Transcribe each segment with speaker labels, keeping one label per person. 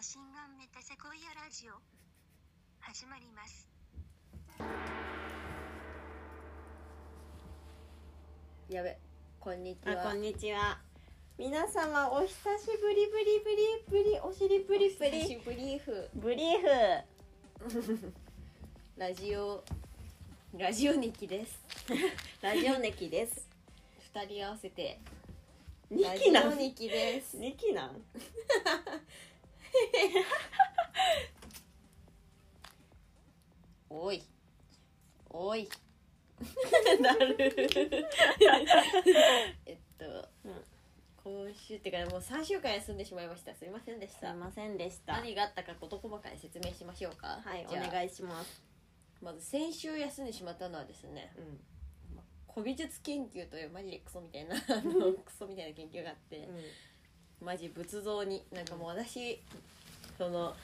Speaker 1: 写真がメタセコイアラジオ始まります
Speaker 2: やべこんにち
Speaker 3: あ
Speaker 2: は
Speaker 3: こんにちは皆様お久しぶりぶりぶりぶりお尻ぶりぶ
Speaker 2: 久し
Speaker 3: り
Speaker 2: ぶりふ
Speaker 3: ブリーフ
Speaker 2: ラジオラジオ日記 です
Speaker 3: ラジオネキです
Speaker 2: 二人合わせて
Speaker 3: ニ
Speaker 2: ラジ
Speaker 3: キな
Speaker 2: オ
Speaker 3: ん
Speaker 2: 日記です
Speaker 3: ニキなん
Speaker 2: おいおい
Speaker 3: なる
Speaker 2: えっと、
Speaker 3: うん
Speaker 2: 今週っていうかもう3週間休んでしまいましたすいませんでし
Speaker 3: すい
Speaker 2: た
Speaker 3: ませんでしたは
Speaker 2: 何があったか事細かに説明しましょうか
Speaker 3: いお
Speaker 2: じゃあ
Speaker 3: 願いします
Speaker 2: まず先週休んでしまったのはですね
Speaker 3: うん
Speaker 2: 古美術研究というマジでクソみたい なあのクソみたいな研究があって、マジ仏像になんかもう私、その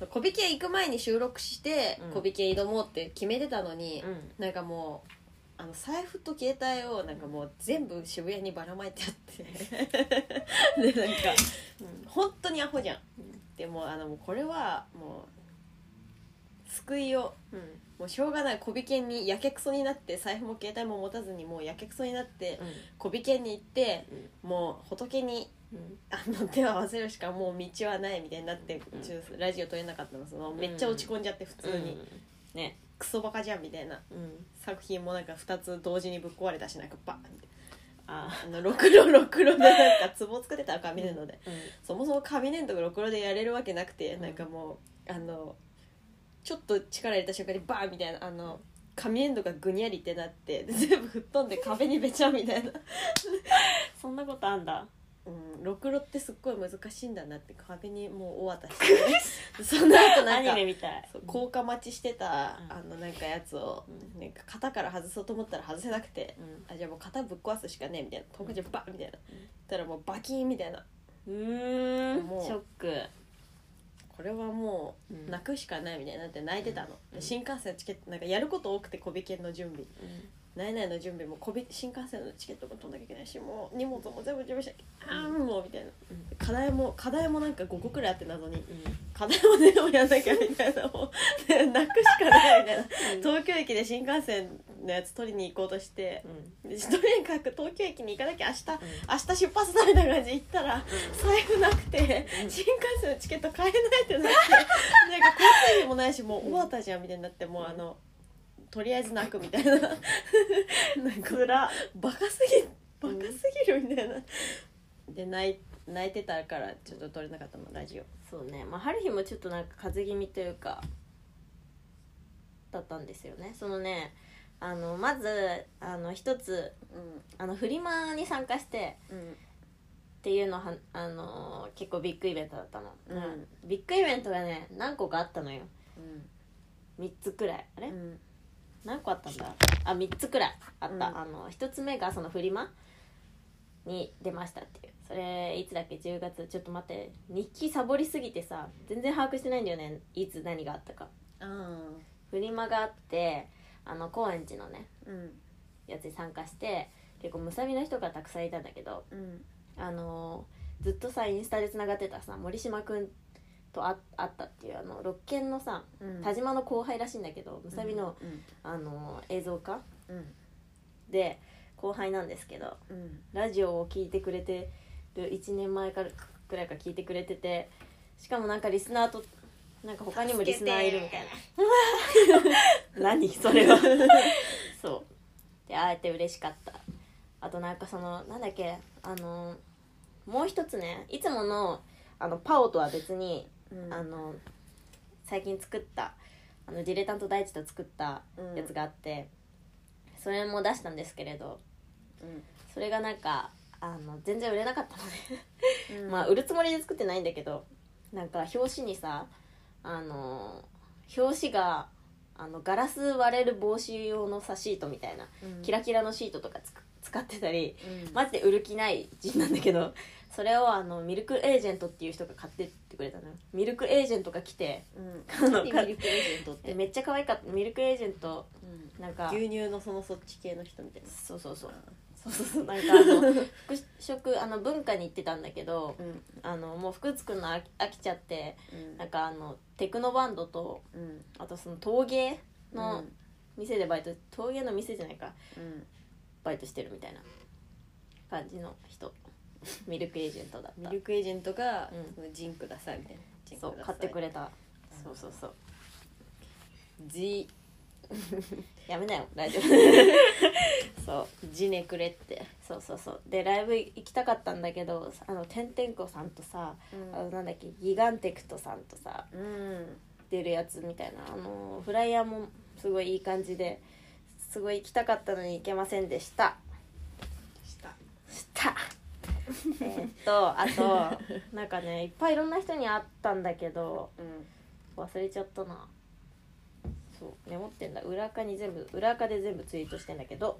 Speaker 2: そう小引家行く前に収録して、
Speaker 3: うん
Speaker 2: 小引家挑もうって決めてたのに、
Speaker 3: うん
Speaker 2: なんかもうあの財布と携帯をなんかもう全部渋谷にばらまいてあ ってでなんか本当にアホじゃん、でもあのもうこれはもう救いを
Speaker 3: うん
Speaker 2: もうしょうがない小引けにやけくそになって財布も携帯も持たずにもうやけくそになって小引けに行ってもう仏に
Speaker 3: うん
Speaker 2: あの手を合わせるしかもう道はないみたいになって、
Speaker 3: うん
Speaker 2: ちょっとラジオ撮れなかったのそのめっちゃ落ち込んじゃって普通に、
Speaker 3: ね
Speaker 2: クソバカじゃんみたいな
Speaker 3: うん
Speaker 2: 作品もなんか2つ同時にぶっ壊れたしなんかバーンって
Speaker 3: あ
Speaker 2: あのろくろろくろでなんか壺作ってた紙粘土で、そもそも紙粘土がろくろでやれるわけなくて、
Speaker 3: うん
Speaker 2: なんかもうあのちょっと力入れた瞬間にバーンみたいなあの紙粘土がぐにゃりってなってで全部吹っ飛んで壁にべちゃうみたいな
Speaker 3: そんなことあんだ
Speaker 2: うん、ろくろってすっごい難しいんだなって壁にもうお渡ししてその後
Speaker 3: ア
Speaker 2: なん
Speaker 3: ニ
Speaker 2: か
Speaker 3: メみたい
Speaker 2: そう効果待ちしてた、
Speaker 3: うん
Speaker 2: あのなんかやつを、
Speaker 3: うん
Speaker 2: なんか型から外そうと思ったら外せなくて、
Speaker 3: うん
Speaker 2: あじゃあもう型ぶっ壊すしかねえみたいなトンカチバッみたいな、
Speaker 3: うん
Speaker 2: たらもうバキーンみたいな
Speaker 3: うーん
Speaker 2: もう
Speaker 3: ショック
Speaker 2: これはも
Speaker 3: うん
Speaker 2: う泣くしかないみたいになって泣いてたの、
Speaker 3: うん
Speaker 2: 新幹線のチケットなんかやること多くて小引けの準備ないないの準備もこび新幹線のチケットも取んなきゃいけないしもう荷物も全部準備しなきゃああーもうみたいな、
Speaker 3: うん
Speaker 2: 課題も課題もなんか5個くらいあって謎に
Speaker 3: うん
Speaker 2: 課題も全部やんなきゃみたいなもう泣くしかないみたいな
Speaker 3: うん
Speaker 2: 東京駅で新幹線のやつ取りに行こうとして
Speaker 3: うん
Speaker 2: でとにかく東京駅に行かなきゃ明日明日出発された感じ行ったら財布なくて
Speaker 3: うん
Speaker 2: 新幹線のチケット買えないってなってなんか交通費もないしもう終わったじゃんみたいになってもうあのとりあえず泣くみたいななんか
Speaker 3: 暗
Speaker 2: バカすぎバカすぎるみたいなで泣い泣いてたからちょっと撮れなかったのラジオ
Speaker 3: そうね、まあ、春日もちょっとなんか風邪気味というかだったんですよねそのねあのまずあの一つ
Speaker 2: う
Speaker 3: あのフリマに参加して
Speaker 2: んうん
Speaker 3: っていうのはあの結構ビッグイベントだったの、
Speaker 2: うん
Speaker 3: ビッグイベントがね何個かあったのよ
Speaker 2: うん
Speaker 3: 3つくらいあれ、
Speaker 2: うん
Speaker 3: 何個あったんだあ3つくらいあった、
Speaker 2: うん
Speaker 3: あの1つ目がそのフリマに出ましたっていうそれいつだっけ10月ちょっと待って日記サボりすぎてさ全然把握してないんだよねいつ何があったか
Speaker 2: あ
Speaker 3: フリマがあってあの高円寺のね
Speaker 2: ーうん
Speaker 3: やつに参加して結構むさびの人がたくさんいたんだけど
Speaker 2: うん
Speaker 3: あのーずっとさインスタでつながってたさ森島くんとあ会ったっていうあの六軒のさ
Speaker 2: うん
Speaker 3: 田島の後輩らしいんだけどむさびの、
Speaker 2: うん
Speaker 3: あのー映像化
Speaker 2: うん
Speaker 3: で後輩なんですけど
Speaker 2: うん
Speaker 3: ラジオを聞いてくれてる1年前からくらいから聞いてくれててしかもなんかリスナーとなんか他にもリスナーいるみたいな何 それはそうで会えて嬉しかったあとなんかそのなんだっけあのもう一つねいつものあのパオとは別に、
Speaker 2: うん
Speaker 3: あの最近作ったあのディレタント大地と作ったやつがあって、それも出したんですけれど
Speaker 2: う
Speaker 3: それがなんかあの全然売れなかったので、
Speaker 2: んうん
Speaker 3: まあ売るつもりで作ってないんだけどなんか表紙にさあの表紙があのガラス割れる防止用のさシートみたいな
Speaker 2: うん
Speaker 3: キラキラのシートとかつく使ってたり
Speaker 2: うん
Speaker 3: マジで売る気ない人なんだけど それをあのミルクエージェントっていう人が買ってってくれたのよミルクエージェントが来て
Speaker 2: うん
Speaker 3: あの
Speaker 2: ミ
Speaker 3: か
Speaker 2: ルクエージェントっ
Speaker 3: え
Speaker 2: て、
Speaker 3: めっちゃ可愛かったミルクエージェント
Speaker 2: うん
Speaker 3: なんか
Speaker 2: 牛乳のそのそっち系の人みたいな
Speaker 3: そうそうそうそうそうそうなんかあ の服飾あの文化に行ってたんだけど
Speaker 2: うん
Speaker 3: あのもう服作るの飽き飽きちゃって
Speaker 2: うん
Speaker 3: なんかあのテクノバンドと
Speaker 2: うん
Speaker 3: あとその陶芸
Speaker 2: う
Speaker 3: の
Speaker 2: ん
Speaker 3: 店でバイト、陶芸の店じゃないか
Speaker 2: うん
Speaker 3: バイトしてるみたいな感じの人 ミルクエージェントだっ
Speaker 2: ミ
Speaker 3: た
Speaker 2: ルクエージェントが「
Speaker 3: う
Speaker 2: ジンクださい」みたいな「ジン
Speaker 3: そう
Speaker 2: クださ
Speaker 3: 買
Speaker 2: い
Speaker 3: ってくれた
Speaker 2: うん
Speaker 3: そうそうそう
Speaker 2: ジ
Speaker 3: やめなよ大丈夫 そう
Speaker 2: ジネくれ」って
Speaker 3: そうそうそうでライブ行きたかったんだけどあのてんてんこさんとさ、
Speaker 2: うん
Speaker 3: あのなんだっけギガンテクトさんとさ
Speaker 2: うん
Speaker 3: 出るやつみたいなあのフライヤーもすごいいい感じですごい行きたかったのに行けませんでした
Speaker 2: した
Speaker 3: したえーっとあとなんかねいっぱいいろんな人に会ったんだけど
Speaker 2: うん
Speaker 3: 忘れちゃったなそうメモってんだ裏垢に全部裏垢で全部ツイートしてんだけど、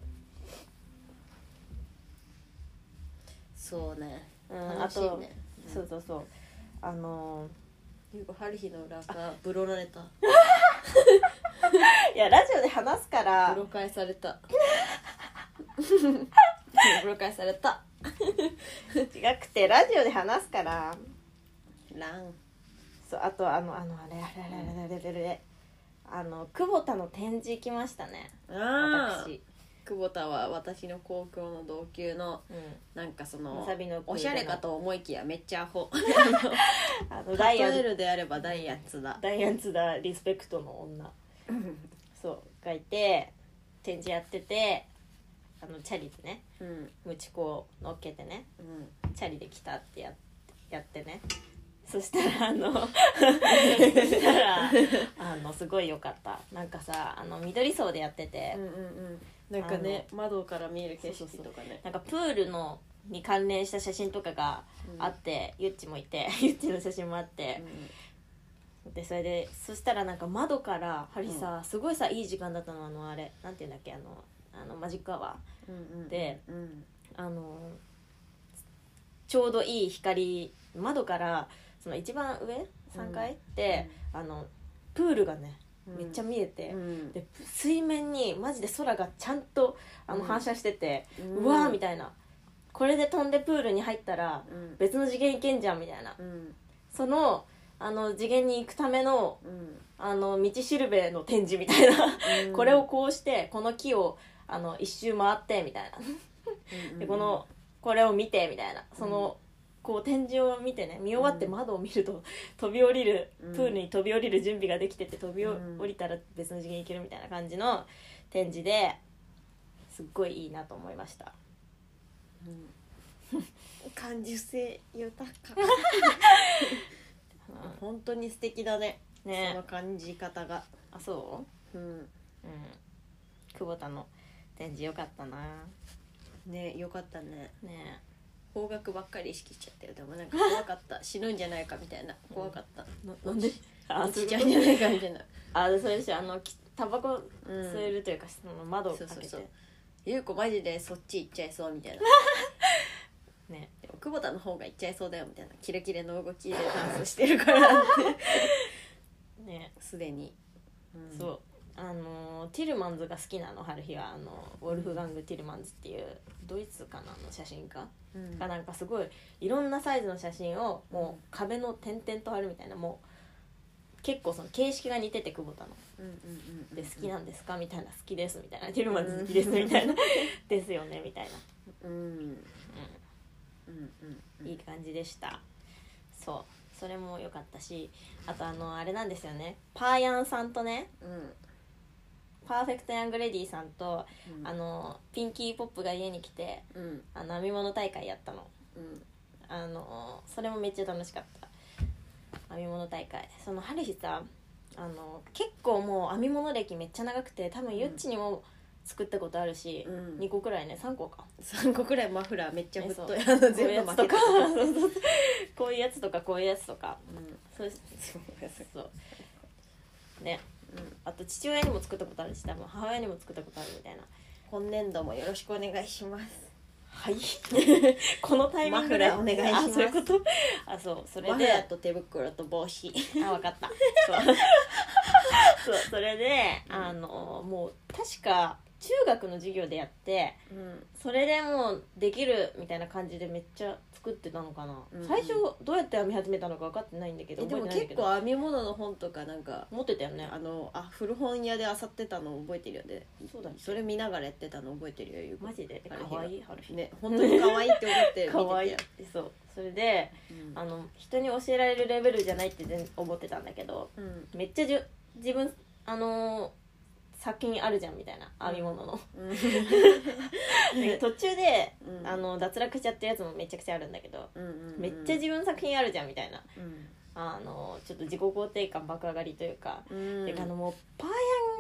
Speaker 2: そうね
Speaker 3: うん、あ
Speaker 2: 楽しい
Speaker 3: と、
Speaker 2: ね
Speaker 3: そうそうそうあのー
Speaker 2: ゆうこ春日の裏がブロられた
Speaker 3: いやラジオで話すから
Speaker 2: ブロ解され たブロ解された
Speaker 3: 違くてラジオで話すから
Speaker 2: ラン
Speaker 3: そうあとあのあのあれあれあれあれあれあれあれあの久保田の展示行きましたね
Speaker 2: あ
Speaker 3: 私、
Speaker 2: 久保田は私の高校の同級の
Speaker 3: う
Speaker 2: なんかその
Speaker 3: むさびの
Speaker 2: お
Speaker 3: 食い出の
Speaker 2: しゃれかと思いきやめっちゃアホ
Speaker 3: ん、あのダイア
Speaker 2: 例え
Speaker 3: ン
Speaker 2: るであればダイアンツだ
Speaker 3: ダイアンツだリスペクトの女そうがいて展示やっててあのチャリでね
Speaker 2: うんうん
Speaker 3: ムチ子を乗っけてねチャリで来たってやっやってねそしたらあのそしたらあのすごい良かったなんかさあの緑層でやってて、
Speaker 2: うんうん うんなんかね窓から見える景色とかね
Speaker 3: なんかプールのに関連した写真とかが
Speaker 2: うん
Speaker 3: あって、ゆっちもいて ゆっちの写真もあって、でそれでそしたらなんか窓からハリーさ、すごいさいい時間だったのあのあれなんていうんだっけあのあのマジックアワ
Speaker 2: うんうんうん
Speaker 3: で
Speaker 2: うん
Speaker 3: ーあのちょうどいい光窓からその一番上3階って、あのプールがねめっちゃ見えて、
Speaker 2: うん
Speaker 3: で水面にマジで空がちゃんとあの
Speaker 2: うん
Speaker 3: 反射してて、
Speaker 2: うん
Speaker 3: うわーみたいなこれで飛んでプールに入ったら
Speaker 2: うん
Speaker 3: 別の次元行けんじゃんみたいな
Speaker 2: うん
Speaker 3: そのあの次元に行くための
Speaker 2: うん
Speaker 3: あの道しるべの展示みたいな、
Speaker 2: うん
Speaker 3: これをこうしてこの木をあの一周回ってみたいなでこのこれを見てみたいなその、こう展示を見てね見終わって
Speaker 2: うん
Speaker 3: 窓を見ると、飛び降りる
Speaker 2: うん
Speaker 3: プールに飛び降りる準備ができてて飛びお
Speaker 2: うん
Speaker 3: 降りたら別の次元行けるみたいな感じの展示ですっごいいいなと思いました。
Speaker 2: 感受性豊か
Speaker 3: う
Speaker 2: 本当に素敵だね
Speaker 3: んね
Speaker 2: その感じ方が
Speaker 3: あそう
Speaker 2: うん
Speaker 3: うん、久保田の展示良かったな
Speaker 2: ねよかったね
Speaker 3: ね
Speaker 2: 方角ばっかり意識しちゃったよでもなんか 怖かった死ぬんじゃないかみたいな怖かった
Speaker 3: ななんであ
Speaker 2: 落
Speaker 3: そうい
Speaker 2: ち
Speaker 3: う
Speaker 2: ちゃ
Speaker 3: こ
Speaker 2: うん
Speaker 3: と
Speaker 2: じゃないかみたいな
Speaker 3: あそれでしょあのきタバコ
Speaker 2: うん
Speaker 3: 吸えるというか、その窓を開け
Speaker 2: そ
Speaker 3: て
Speaker 2: うそうそう優子マジでそっち行っちゃいそうみたいな
Speaker 3: ね
Speaker 2: でも久保田の方が行っちゃいそうだよみたいなキレキレの動きでダンスしてる からって
Speaker 3: ね、
Speaker 2: すでに、うん
Speaker 3: そうあのティルマンズが好きなの春日はあのウォルフガング・ティルマンズっていうドイツかなの写真家
Speaker 2: うん、うん
Speaker 3: がなんかすごいいろんなサイズの写真をもう壁の点々と貼るみたいなもう結構その形式が似てて久保田の
Speaker 2: うんうんうん
Speaker 3: で好きなんですかみたいな好きですみたいなティルマンズ好きですみた いなですよねみたい
Speaker 2: うんうんうんう
Speaker 3: なんいい感じでしたそうそれも良かったしあとあのあれなんですよねパーヤンさんとね
Speaker 2: うん
Speaker 3: パーフェクトヤングレディさんと
Speaker 2: うん
Speaker 3: あのピンキーポップが家に来て
Speaker 2: うん
Speaker 3: あの編み物大会やったの
Speaker 2: うん
Speaker 3: あのそれもめっちゃ楽しかった編み物大会その春日さあの結構もう編み物歴めっちゃ長くて多分ゆっちにも作ったことあるし、
Speaker 2: うん
Speaker 3: 2個くらいね3個か
Speaker 2: 3個くらいマフラーめっちゃぶっとい
Speaker 3: ね
Speaker 2: あの
Speaker 3: こういう
Speaker 2: 全
Speaker 3: や
Speaker 2: 部
Speaker 3: つ
Speaker 2: 負け
Speaker 3: と
Speaker 2: て
Speaker 3: か
Speaker 2: た
Speaker 3: こういうやつとかこういうやつとか
Speaker 2: うん
Speaker 3: そう
Speaker 2: そうです
Speaker 3: そうね
Speaker 2: うん
Speaker 3: あと父親にも作ったことあるし多分母親にも作ったことあるみたいな
Speaker 2: 今年度もよろしくお願いします
Speaker 3: はい このタイミング
Speaker 2: マ
Speaker 3: で
Speaker 2: フラーお願いします
Speaker 3: あそういうことあそうそれ
Speaker 2: マフラ
Speaker 3: で
Speaker 2: ーと手袋と帽子
Speaker 3: あ分かったそうそうそれであのもう確か中学の授業でやって
Speaker 2: うん
Speaker 3: それでもうできるみたいな感じでめっちゃ作ってたのかな、
Speaker 2: うんうん
Speaker 3: 最初どうやって編み始めたのか分かってないんだけど
Speaker 2: えでも
Speaker 3: 覚えてない
Speaker 2: 結
Speaker 3: んだけど
Speaker 2: 構編み物の本とかなんか
Speaker 3: 持ってたよね
Speaker 2: あのあ古本屋で漁ってたの覚えてるよね
Speaker 3: そうだね
Speaker 2: それ見ながらやってたの覚えてるよゆうこ
Speaker 3: マジで
Speaker 2: ある日
Speaker 3: 可愛い春日
Speaker 2: ね本当に可愛いって思って見てて
Speaker 3: 可愛いそうそれで
Speaker 2: うん
Speaker 3: あの人に教えられるレベルじゃないって全思ってたんだけど
Speaker 2: うん
Speaker 3: めっちゃじゅ自分あのー作品あるじゃんみたいな編み物の、
Speaker 2: うん
Speaker 3: 途中で、
Speaker 2: うん
Speaker 3: あの脱落しちゃってるやつもめちゃくちゃあるんだけど、
Speaker 2: うんうん
Speaker 3: めっちゃ自分作品あるじゃんみたいな
Speaker 2: うん
Speaker 3: あのちょっと自己肯定感爆上がりというか、
Speaker 2: うん
Speaker 3: てかあのもうパー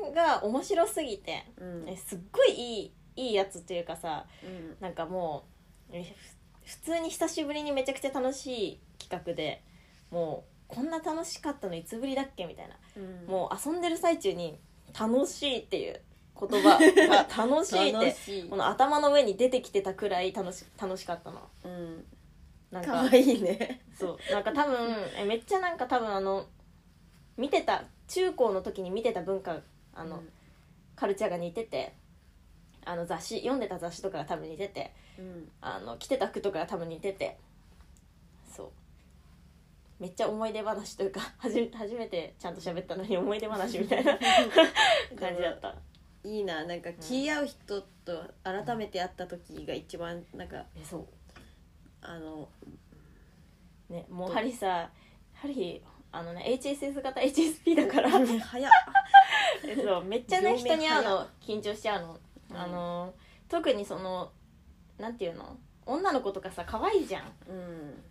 Speaker 3: ヤンが面白すぎて、
Speaker 2: うん
Speaker 3: えすっごいいいいいやつというかさ
Speaker 2: うん
Speaker 3: なんかもうえふ普通に久しぶりにめちゃくちゃ楽しい企画でもうこんな楽しかったのいつぶりだっけみたいな
Speaker 2: うん
Speaker 3: もう遊んでる最中に「楽しい」っていう言葉が「楽しい」っ
Speaker 2: 楽
Speaker 3: て
Speaker 2: しい
Speaker 3: この頭の上に出てきてたくらい楽し楽しかったの
Speaker 2: うん
Speaker 3: なん
Speaker 2: 可
Speaker 3: か
Speaker 2: 愛いね
Speaker 3: そうなんか多分えめっちゃなんか多分あの見てた中高の時に見てた文化あの、カルチャーが似ててあの雑誌読んでた雑誌とかが多分似てて
Speaker 2: うん
Speaker 3: あの着てた服とかが多分似ててそうめっちゃ思い出話というか はじ初めてちゃんと喋ったのに思い出話みたい な感じだった
Speaker 2: いいななんか気合う人と改めて会った時が一番なんか
Speaker 3: えそう
Speaker 2: あの
Speaker 3: ねもうハリさハリあのね HSS 型 HSP だ から
Speaker 2: 早っ
Speaker 3: えそうめっちゃね
Speaker 2: 両面
Speaker 3: 人に会う
Speaker 2: 早
Speaker 3: の緊張しちゃうの、
Speaker 2: うん
Speaker 3: あの特にそのなんていうの女の子とかさ可愛いじゃん
Speaker 2: うん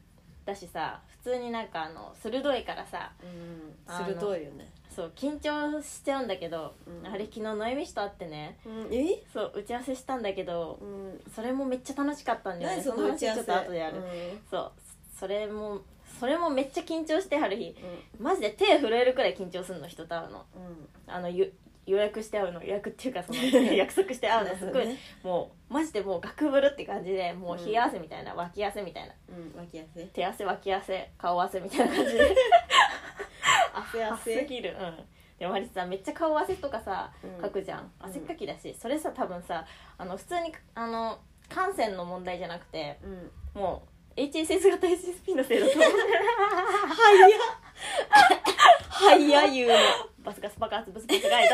Speaker 3: だしさ普通になんかあの鋭いからさ
Speaker 2: うん
Speaker 3: あの
Speaker 2: 鋭いよね
Speaker 3: そう緊張しちゃうんだけど、
Speaker 2: うん
Speaker 3: あれ昨日のえみしと会ってね
Speaker 2: うんえ
Speaker 3: そう打ち合わせしたんだけど
Speaker 2: うん
Speaker 3: それもめっちゃ楽しかったんだよね
Speaker 2: 何その打ち合わせ
Speaker 3: その話ちょっと後でやる、そうそれもそれもめっちゃ緊張してはる日マジで手震えるくらい緊張するの人と会うの
Speaker 2: うんうん
Speaker 3: あのゆ予約して会うの予約っていう かその約束して会うのすごい
Speaker 2: ね
Speaker 3: もうマジでもうガクブルって感じでもう冷や汗みたいな、脇汗みたいな
Speaker 2: うん脇汗
Speaker 3: 手汗脇汗顔汗みたいな感じ で
Speaker 2: 汗
Speaker 3: 汗す
Speaker 2: 汗
Speaker 3: ぎるうんでもマリスさんめっちゃ顔汗とかさ
Speaker 2: うん
Speaker 3: かくじゃん、
Speaker 2: うん
Speaker 3: 汗っかきだしそれさ多分さあの普通にあの汗腺の問題じゃなくて
Speaker 2: うん
Speaker 3: もう HSS 型 HSP のせいだと思う
Speaker 2: 早っ早い言う
Speaker 3: バスガス爆発ブスブスガイ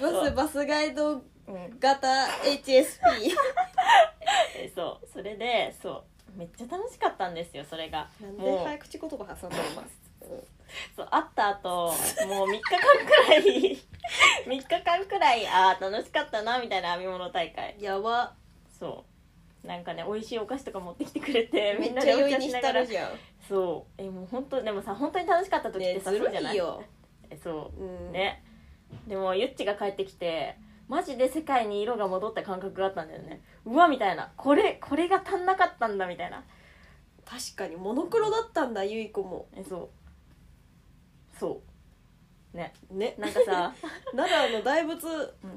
Speaker 3: ド、
Speaker 2: のバスバスガイド
Speaker 3: うん、
Speaker 2: 型 HSP
Speaker 3: えそうそれでそうめっちゃ楽しかったんですよそれが
Speaker 2: なんで
Speaker 3: もう
Speaker 2: 早口言葉挟んでます
Speaker 3: そう会った後もう3日間くらい3日間くらいああ楽しかったなみたいな編み物大会
Speaker 2: やば
Speaker 3: そうなんかね美味しいお菓子とか持ってきてくれて
Speaker 2: め
Speaker 3: みん
Speaker 2: っ
Speaker 3: な
Speaker 2: ち
Speaker 3: で
Speaker 2: ゃ
Speaker 3: お
Speaker 2: 酔い
Speaker 3: 茶
Speaker 2: に
Speaker 3: しな
Speaker 2: 浸
Speaker 3: が
Speaker 2: る
Speaker 3: ら
Speaker 2: じゃん
Speaker 3: そうえもう本当でもさ本当に楽しかった時っ
Speaker 2: ね
Speaker 3: てさ、
Speaker 2: ず
Speaker 3: そう
Speaker 2: る
Speaker 3: じゃない
Speaker 2: いよ
Speaker 3: えそううんねでもゆっちが帰ってきてマジで世界に色が戻った感覚があったんだよねうわみたいなこれこれが足んなかったんだみたいな
Speaker 2: 確かにモノクロだったんだゆい子も
Speaker 3: えそうそうね
Speaker 2: ね
Speaker 3: なんか さ
Speaker 2: 奈良の大仏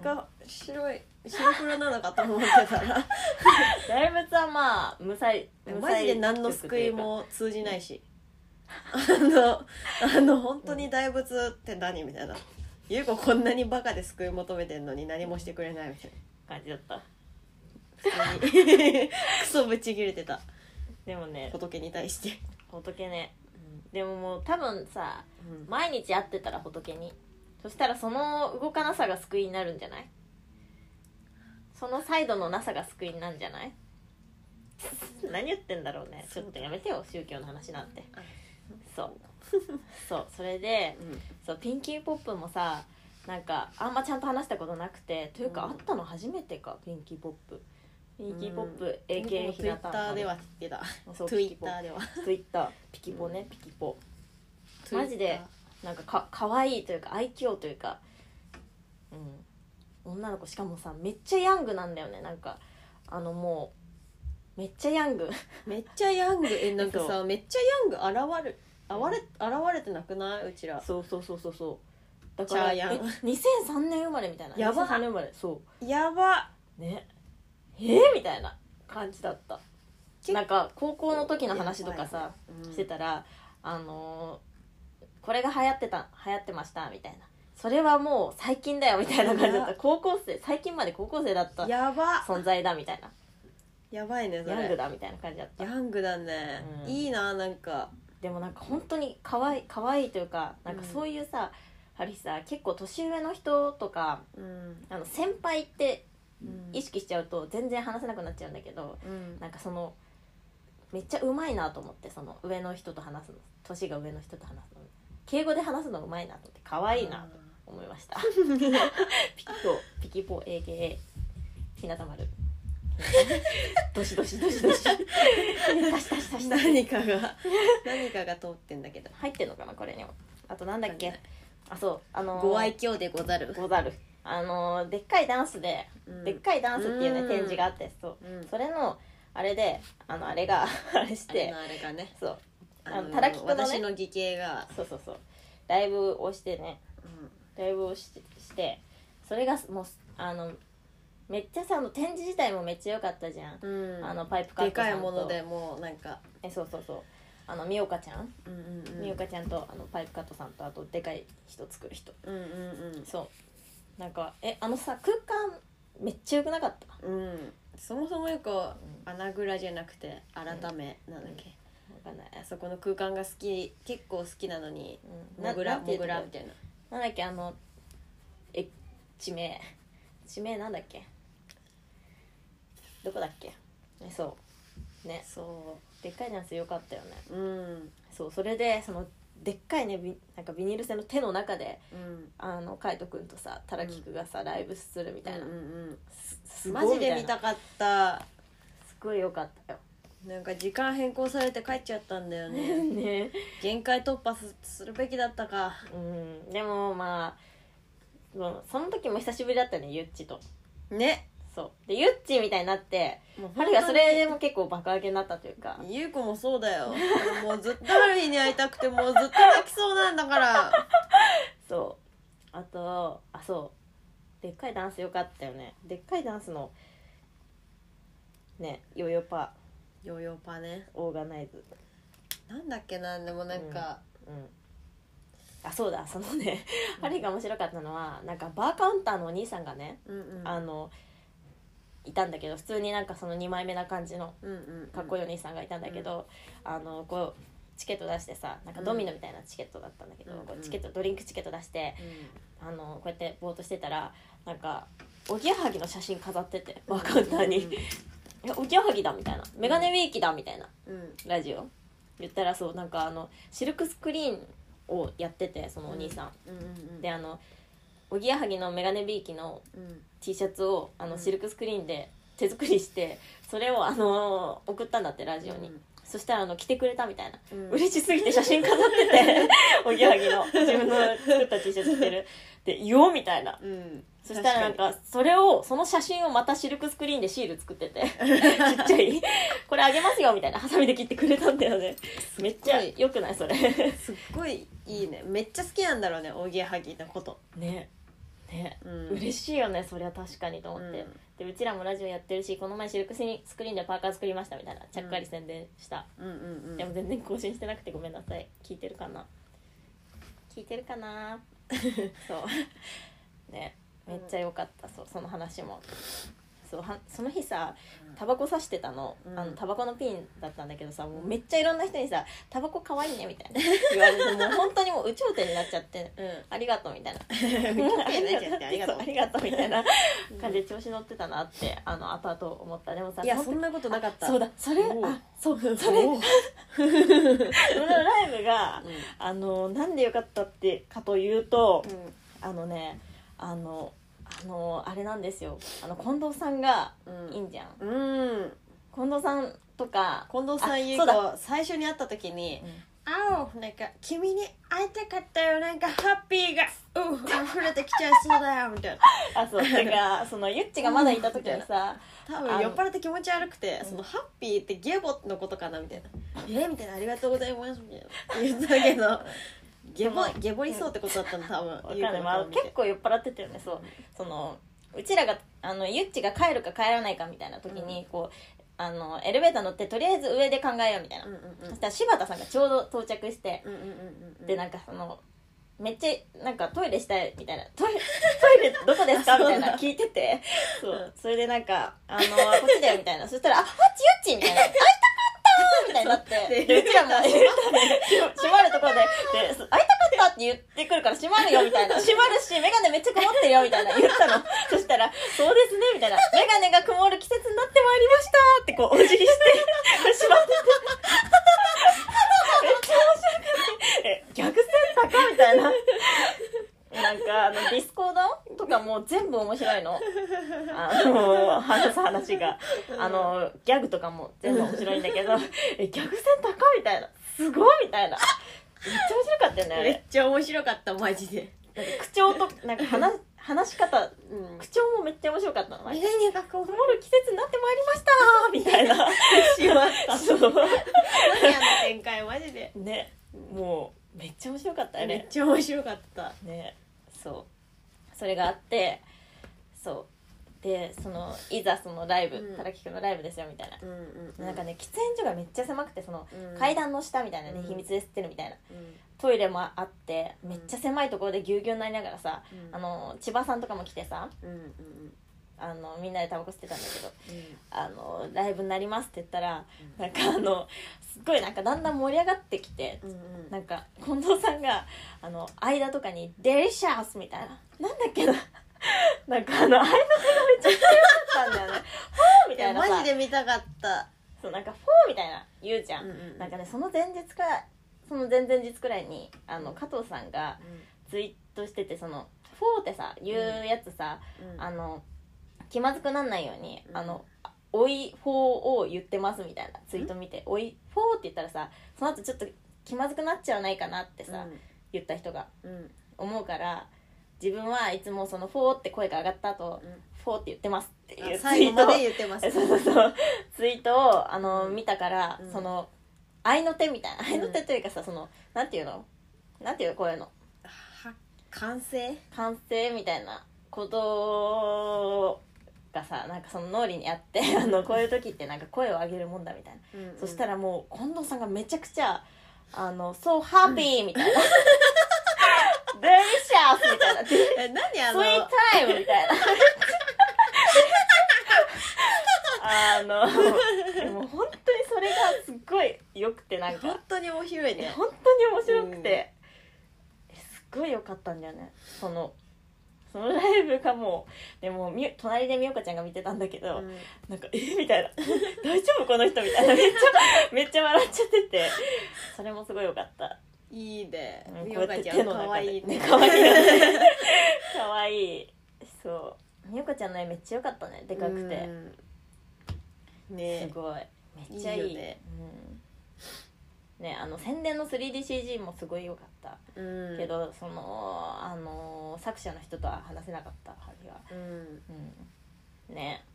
Speaker 2: が白い白黒なのかと思ってた ら
Speaker 3: 大仏はまあ無彩
Speaker 2: マジで何の救いも通じないしあのあの本当に大仏って何みたいなゆい子こんなにバカで救い求めてんのに何もしてくれないみたい
Speaker 3: 無彩力っていうか感じだった
Speaker 2: な 普通に クソぶち切れてた
Speaker 3: でもね
Speaker 2: 仏に対して、
Speaker 3: 仏ねでももう多分さ毎日会ってたら仏にそしたらその動かなさが救いになるんじゃないそのサイドのなさが救いになるんじゃない何言ってんだろうねちょっとやめてよ宗教の話なんて
Speaker 2: あ
Speaker 3: そうそうそれで
Speaker 2: うん
Speaker 3: そうピンキーポップもさなんかあんまちゃんと話したことなくてというか、
Speaker 2: うん
Speaker 3: 会ったの初めてかピンキーポップピンキーポップ、
Speaker 2: 僕も
Speaker 3: AK
Speaker 2: ツ
Speaker 3: ひ
Speaker 2: イ
Speaker 3: な
Speaker 2: ッタ
Speaker 3: た
Speaker 2: ーでは知ってた
Speaker 3: そう
Speaker 2: ツ
Speaker 3: ピキ
Speaker 2: イ
Speaker 3: ポ
Speaker 2: ッターでは
Speaker 3: ツイッターピキポね、ピキポマジでなんかか可愛いというか愛嬌というかうん女の子しかもさめっちゃヤングなんだよねなんかあのもうめっちゃヤング
Speaker 2: めっちゃヤングえなんか
Speaker 3: そ
Speaker 2: さめっちゃヤング現る現れ現れてなくないうちら
Speaker 3: そうそうそうそうそうだか
Speaker 2: ち
Speaker 3: ら
Speaker 2: ゃヤン
Speaker 3: え2003年生まれみたいな
Speaker 2: やば
Speaker 3: 2003年生まれそ
Speaker 2: やば
Speaker 3: うねえー、みたいな感じだった
Speaker 2: 結構
Speaker 3: なんか高校の時の話とかさ
Speaker 2: うん
Speaker 3: してたら、あのーこれが流行ってた流行ってましたみたいなそれはもう最近だよみたいな感じだっ
Speaker 2: や
Speaker 3: た高校生最近まで高校生だった
Speaker 2: やば
Speaker 3: 存在だみたいな
Speaker 2: やばいねそれ
Speaker 3: ヤングだみたいな感じだった
Speaker 2: ヤングだね、
Speaker 3: うん
Speaker 2: いいななんか
Speaker 3: でもなんか本当に可愛い可愛いというかなんか
Speaker 2: うん
Speaker 3: そういうさ、ある日さ結構年上の人とか
Speaker 2: うん、
Speaker 3: あの先輩って
Speaker 2: うん
Speaker 3: 意識しちゃうと全然話せなくなっちゃうんだけど
Speaker 2: うん
Speaker 3: なんかそのめっちゃうまいなと思ってその上の人と話すの年が上の人と話すの敬語で話すのうまいなと思って可愛いなと思いましたピキポピキポ AKA ひなたまるどしどしどしどし足したしたした
Speaker 2: 何か が何かが通ってんだけど
Speaker 3: 入ってんのかなこれにもあとなんだっけあそうあのー
Speaker 2: ご愛嬌でござる、
Speaker 3: ござるあのーでっかいダンスで、
Speaker 2: うん
Speaker 3: でっかいダンスっていうね
Speaker 2: うん
Speaker 3: 展示があってそう
Speaker 2: うん
Speaker 3: それのあれであのあれが あれし
Speaker 2: あ
Speaker 3: て
Speaker 2: のあれがね
Speaker 3: そうあ
Speaker 2: あ
Speaker 3: の
Speaker 2: の
Speaker 3: たらきくのね
Speaker 2: 私の義兄が、
Speaker 3: そうそうそうライブをしてねライブをししてそれがもうあのめっちゃさあの展示自体もめっちゃ良かったじゃん、
Speaker 2: うん
Speaker 3: あのパイプカッ
Speaker 2: で
Speaker 3: トさ
Speaker 2: か
Speaker 3: ん
Speaker 2: いも
Speaker 3: と
Speaker 2: のでもうなんか、
Speaker 3: えそうそうそうあの美岡ちゃん
Speaker 2: うんうんうん、
Speaker 3: 美岡ちゃんとあのパイプカットさんとあとでかい人作る人
Speaker 2: うんうん
Speaker 3: そうなんかえあのさ空間めっちゃ良くなかった
Speaker 2: うんうんそもそもよく
Speaker 3: ん
Speaker 2: 穴蔵じゃなくて改め、なんだっけ、
Speaker 3: わかんない
Speaker 2: あそこの空間が好き結構好きなのに
Speaker 3: うんな
Speaker 2: モグラ
Speaker 3: なんてい
Speaker 2: モ
Speaker 3: うと
Speaker 2: グ
Speaker 3: こ
Speaker 2: ラみたいな
Speaker 3: なんだっけあのえ地名地名なんだっけどこだっけねそうね
Speaker 2: そ
Speaker 3: でっかいダンスよかったよね
Speaker 2: ううん
Speaker 3: そうそれでそのでっかいねビなんかビニール製の手の中で
Speaker 2: うん
Speaker 3: あの海斗くんとさたらきくがさ、ライブするみたいな、
Speaker 2: うんうんう
Speaker 3: す
Speaker 2: ん、
Speaker 3: ご
Speaker 2: マ
Speaker 3: い
Speaker 2: ジで
Speaker 3: み
Speaker 2: 見
Speaker 3: た
Speaker 2: た
Speaker 3: い
Speaker 2: かった
Speaker 3: なすごいよかったよ
Speaker 2: なんか時間変更されて帰っちゃったんだよ ね
Speaker 3: ね
Speaker 2: 限界突破すするべきだったか
Speaker 3: うんでもまあもうその時も久しぶりだったねゆっちと
Speaker 2: ね
Speaker 3: そうでゆっちみたいになって
Speaker 2: もう本当
Speaker 3: 春
Speaker 2: に
Speaker 3: がそれでも結構爆上げになったというか
Speaker 2: ゆうこもそう だよもうずっと春日に会いたくてもうずっと泣きそうなんだから
Speaker 3: そうあとあそうでっかいダンスよかったよねでっかいダンスのねヨーヨーパ
Speaker 2: ヨーヨーパね
Speaker 3: ーオーガナイズ
Speaker 2: なんだっけなでもなんか、
Speaker 3: うんあそうだそのねあれが面白かったのはなんかバーカウンターのお兄さんがね、
Speaker 2: うん、うんうん
Speaker 3: あのいたんだけど普通になんかその2枚目な感じの
Speaker 2: うんうん
Speaker 3: かっこいい
Speaker 2: い
Speaker 3: お兄さんがいたんだけど、あのこうチケット出してさなんかドミノみたいなチケットだったんだけど、
Speaker 2: うん
Speaker 3: こうチケットドリンクチケット出してあのこうやってぼーっとしてたらなんかおぎやはぎの写真飾っててバーカウンターに「いやおぎやはぎだ」みたいな「メガネウィーキだ」みたいな
Speaker 2: うんうん
Speaker 3: ラジオ言ったらそうなんかあのシルクスクリーンをやっててそのお兄さん、
Speaker 2: うんうん
Speaker 3: であのおぎやはぎのメガネビーキの
Speaker 2: うん
Speaker 3: T シャツをあ
Speaker 2: う
Speaker 3: の
Speaker 2: ん
Speaker 3: シルクスクリーンで手作りしてそれをあの送ったんだってラジオに、
Speaker 2: うん
Speaker 3: そしたらあの着てくれたみたいな、
Speaker 2: うん
Speaker 3: 嬉しすぎて写真飾っ てておぎやはぎの自分の作った T シャツ着てるで「よ」みたいな
Speaker 2: うん
Speaker 3: そしたらなんかそれをその写真をまたシルクスクリーンでシール作って てちっちゃいこれあげますよみたいなハサミで切ってくれたんだよねめっちゃよくないそれ
Speaker 2: すっごいいいねめっちゃ好きなんだろうねおぎやはぎのこと、
Speaker 3: ねね
Speaker 2: うん、
Speaker 3: 嬉
Speaker 2: し
Speaker 3: しいよねそりゃ確かにと思って、
Speaker 2: うん
Speaker 3: でうちらもラジオやってるしこの前シルクスクリーンでパーカー作りましたみたいなちゃっかり宣伝した、
Speaker 2: うんうんうん
Speaker 3: でも全然更新してなくてごめんなさい聞いてるかな聞いてるか なそうねめっちゃ良かったそうその話もそうはその日さタバコさしてたの,、
Speaker 2: うん
Speaker 3: あのタバコのピンだったんだけどさもうめっちゃいろんな人にさ「タバコかわいいね」みたいな 言われてもう本当にもう有頂天になっちゃって
Speaker 2: うん
Speaker 3: 「ありがとう」 みたいな
Speaker 2: 聞けないじゃんってありがとう
Speaker 3: そうありがとうみたいな感じで調子乗ってたなってあの後々思ったでもさ
Speaker 2: いや
Speaker 3: の時
Speaker 2: そんなことなかった
Speaker 3: そうだそれ
Speaker 2: おう
Speaker 3: あそうそれそ
Speaker 2: おう
Speaker 3: のライブが、
Speaker 2: うん
Speaker 3: あのなんでよかったってかというと、
Speaker 2: うん
Speaker 3: あのねあのあのあれなんですよあの近藤さんが
Speaker 2: うん
Speaker 3: いいんじゃん、
Speaker 2: うん
Speaker 3: 近藤さんとか
Speaker 2: 近藤さ
Speaker 3: あ
Speaker 2: んゆう
Speaker 3: そうだ
Speaker 2: こ最初に会った時に「あおなんか君に会いたかったよなんかハッピーがうう溢れてきちゃいそうだよ」み たいな
Speaker 3: あそうてかそのゆっちがまだいた時にさ、
Speaker 2: 多分酔っ払って気持ち悪くて「そのハッピーってゲボのことかな」みたいな「えみたいな「ありがとうございます」みたいな言ってたけ どゲボゲボりそうってことだったの多分
Speaker 3: わかんない、まあ、結構酔っ払ってたよねそうそのうちらがあのゆっちが帰るか帰らないかみたいな時に、こうあのエレベーター乗ってとりあえず上で考えようみたいな、
Speaker 2: うんうんう
Speaker 3: そし
Speaker 2: ん
Speaker 3: たら柴田さんがちょうど到着して、
Speaker 2: うんうんうんうん
Speaker 3: でなんかそのめっちゃなんかトイレしたいみたいなトイレトイレどこですかみたいな聞いててそうそれでなんか「あのこっちだよ」みたいなそしたら「あっちよっち」みたいな「会いたかった!」みたいになってでうちらも言った閉まるところででそう「会いたかった!」って言ってくるから閉まるよみたいな閉まるし眼鏡めっちゃ曇ってるよみたいな言ったのそしたら「そうですね」みたいな「眼鏡が曇る季節になってまいりました」ってこうお辞儀して閉まってて。めっちゃ面白くてえ逆線高みたいななんかあのディスコードとかもう全部面白 いのあの話す話があのギャグとかも全部面白いんだ けどえ逆線高みたいなすごいみたいなめっちゃ面白かったよね あ
Speaker 2: めっ
Speaker 3: れ
Speaker 2: ちゃ面白かったマジで
Speaker 3: 口調となんか 話話し方
Speaker 2: うん
Speaker 3: 口調もめっちゃ面白かったのなんか
Speaker 2: 鏡がこう
Speaker 3: 曇る季節になってまいりましたみたいな
Speaker 2: しま った
Speaker 3: そう
Speaker 2: 何あの展開マジで
Speaker 3: ねもうめっちゃ面白かったよ
Speaker 2: め
Speaker 3: ね
Speaker 2: っちゃ面白かった
Speaker 3: ねそうそれがあってそうでそのいざそのライブ
Speaker 2: うん
Speaker 3: 唐木くんのライブですよみたいな、
Speaker 2: うんうん
Speaker 3: なんかね喫煙所がめっちゃ狭くてその、
Speaker 2: うん
Speaker 3: 階段の下みたいなね、
Speaker 2: うん
Speaker 3: 秘密で吸ってるみたいな
Speaker 2: うん
Speaker 3: トイレもあって
Speaker 2: うん
Speaker 3: めっちゃ狭いところでぎゅうぎゅうになりながらさ、
Speaker 2: うん
Speaker 3: あの千葉さんとかも来てさ
Speaker 2: うんうんうん
Speaker 3: あのみんなでタバコ吸ってたんだけど
Speaker 2: うん
Speaker 3: あのライブになりますって言ったら、
Speaker 2: う
Speaker 3: なんかあのすっごいなんかだんだん盛り上がってきて、
Speaker 2: うん
Speaker 3: なんか近藤さんがあの間とかに「デリシャス」みたいななんだっけな なんかあの間とかめっちゃ強かったんだよね「フォー」み
Speaker 2: い
Speaker 3: た
Speaker 2: や
Speaker 3: いなさ
Speaker 2: マジで見たかった
Speaker 3: そうなんか「フォー」みたいな言うじゃん、
Speaker 2: うんうんうん
Speaker 3: なんかねその前日くらいその前々日くらいにあの加藤さんがツイートしててその「フォー」ってさ言うやつさ、
Speaker 2: うん
Speaker 3: あの気まずくなんないように「
Speaker 2: うん
Speaker 3: あのおいフォーを言ってます」みたいなツイート見て「おいフォー」って言ったらさその後ちょっと気まずくなっちゃわないかなってさ、言った人が
Speaker 2: うんうん
Speaker 3: 思うから自分はいつもその「フォー」って声が上がった後
Speaker 2: うん
Speaker 3: フォー」って言ってます」っていう
Speaker 2: あ
Speaker 3: ツイ
Speaker 2: 最
Speaker 3: ー
Speaker 2: 後
Speaker 3: ト
Speaker 2: ま
Speaker 3: を
Speaker 2: で言ってます
Speaker 3: そうそうそうツイートをあの見たから、
Speaker 2: うん
Speaker 3: その愛の手みたいな愛
Speaker 2: ん
Speaker 3: の手というかさそのなんていうのなんていうのこういうの
Speaker 2: は完成
Speaker 3: 完成みたいなことがさなんかその脳裏にあって あのこういう時ってなんか声を上げるもんだみたいな、そしたらもう近藤さんがめちゃくちゃ「あの so happy」みたいな「delicious」みたいな
Speaker 2: え何あ
Speaker 3: スイ
Speaker 2: の
Speaker 3: ータイムみたいな。あの、でも本当にそれがすっごい良くてなん
Speaker 2: 本
Speaker 3: か、
Speaker 2: 当に面白いね
Speaker 3: 本当に面白くて、えすっごい良かったんだよね。その、そのライブがもう、でもみ隣で美代子ちゃんが見てたんだけど、
Speaker 2: うん
Speaker 3: なんか、え みたいな。大丈夫この人みたいな。めっちゃ、 めっちゃ笑っちゃってて、それもすごい良かった。
Speaker 2: いいね
Speaker 3: うん
Speaker 2: み
Speaker 3: こう
Speaker 2: お
Speaker 3: やっ
Speaker 2: か
Speaker 3: て
Speaker 2: ち
Speaker 3: 手
Speaker 2: ゃん
Speaker 3: の
Speaker 2: か
Speaker 3: 中
Speaker 2: わ
Speaker 3: で
Speaker 2: いいね
Speaker 3: かわいいよねかわいいそう美代子ちゃんの絵めっちゃ良かったねでかくて
Speaker 2: うん
Speaker 3: す
Speaker 2: ね
Speaker 3: ごいめっちゃいい
Speaker 2: いいよね
Speaker 3: うんねあの宣伝の 3DCG もすごい良かった
Speaker 2: うん
Speaker 3: けど、そのあのー作者の人とは話せなかった日は
Speaker 2: うん
Speaker 3: うんね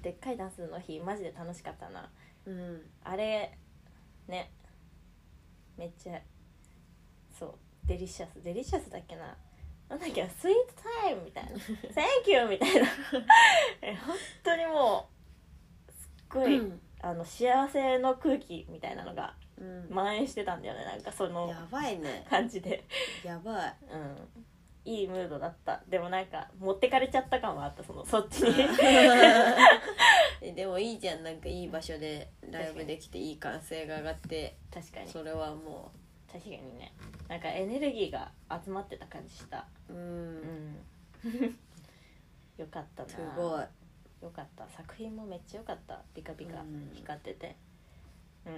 Speaker 3: でっかいダンスの日マジで楽しかったな
Speaker 2: うん
Speaker 3: あれねめっちゃそうデリシャスデリシャスだっけななんだっけなスイートタイム みたいな「Thank you」みたいなえ本当にもうすっごい、
Speaker 2: うん
Speaker 3: あの幸せの空気みたいなのが
Speaker 2: うん
Speaker 3: 蔓延してたんだよねなんかその
Speaker 2: やばいね
Speaker 3: 感じで
Speaker 2: やばい
Speaker 3: うんいいムードだったでもなんか持ってかれちゃった感はあったそのそっちに
Speaker 2: えでもいいじゃん なんかいい場所でライブできていい歓声が上がって
Speaker 3: 確かに
Speaker 2: それはも
Speaker 3: 確かにねなんかエネルギーが集まってた感じした
Speaker 2: うう
Speaker 3: うんんよかったな
Speaker 2: すごい
Speaker 3: よかった作品もめっちゃよかったビカビカ
Speaker 2: うん
Speaker 3: 光っててうん、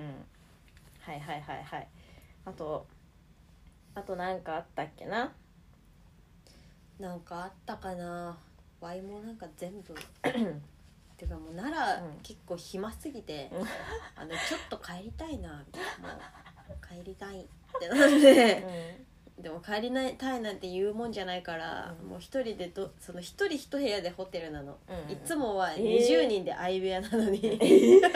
Speaker 3: はいはいはいはいあとあとなんかあったっけな
Speaker 2: なんかあったかなワイもなんか全 部てかもう奈良、
Speaker 3: うん
Speaker 2: 結構暇すぎて、
Speaker 3: うん
Speaker 2: あのちょっと帰りたいなみたいなもう帰りたいってなって
Speaker 3: う
Speaker 2: でも帰りなたいなんて言うもんじゃないから、
Speaker 3: うん
Speaker 2: もう一人でどその一人一部屋でホテルなの、
Speaker 3: うん
Speaker 2: いつもは
Speaker 3: えー
Speaker 2: 20人で相部屋なのに、
Speaker 3: や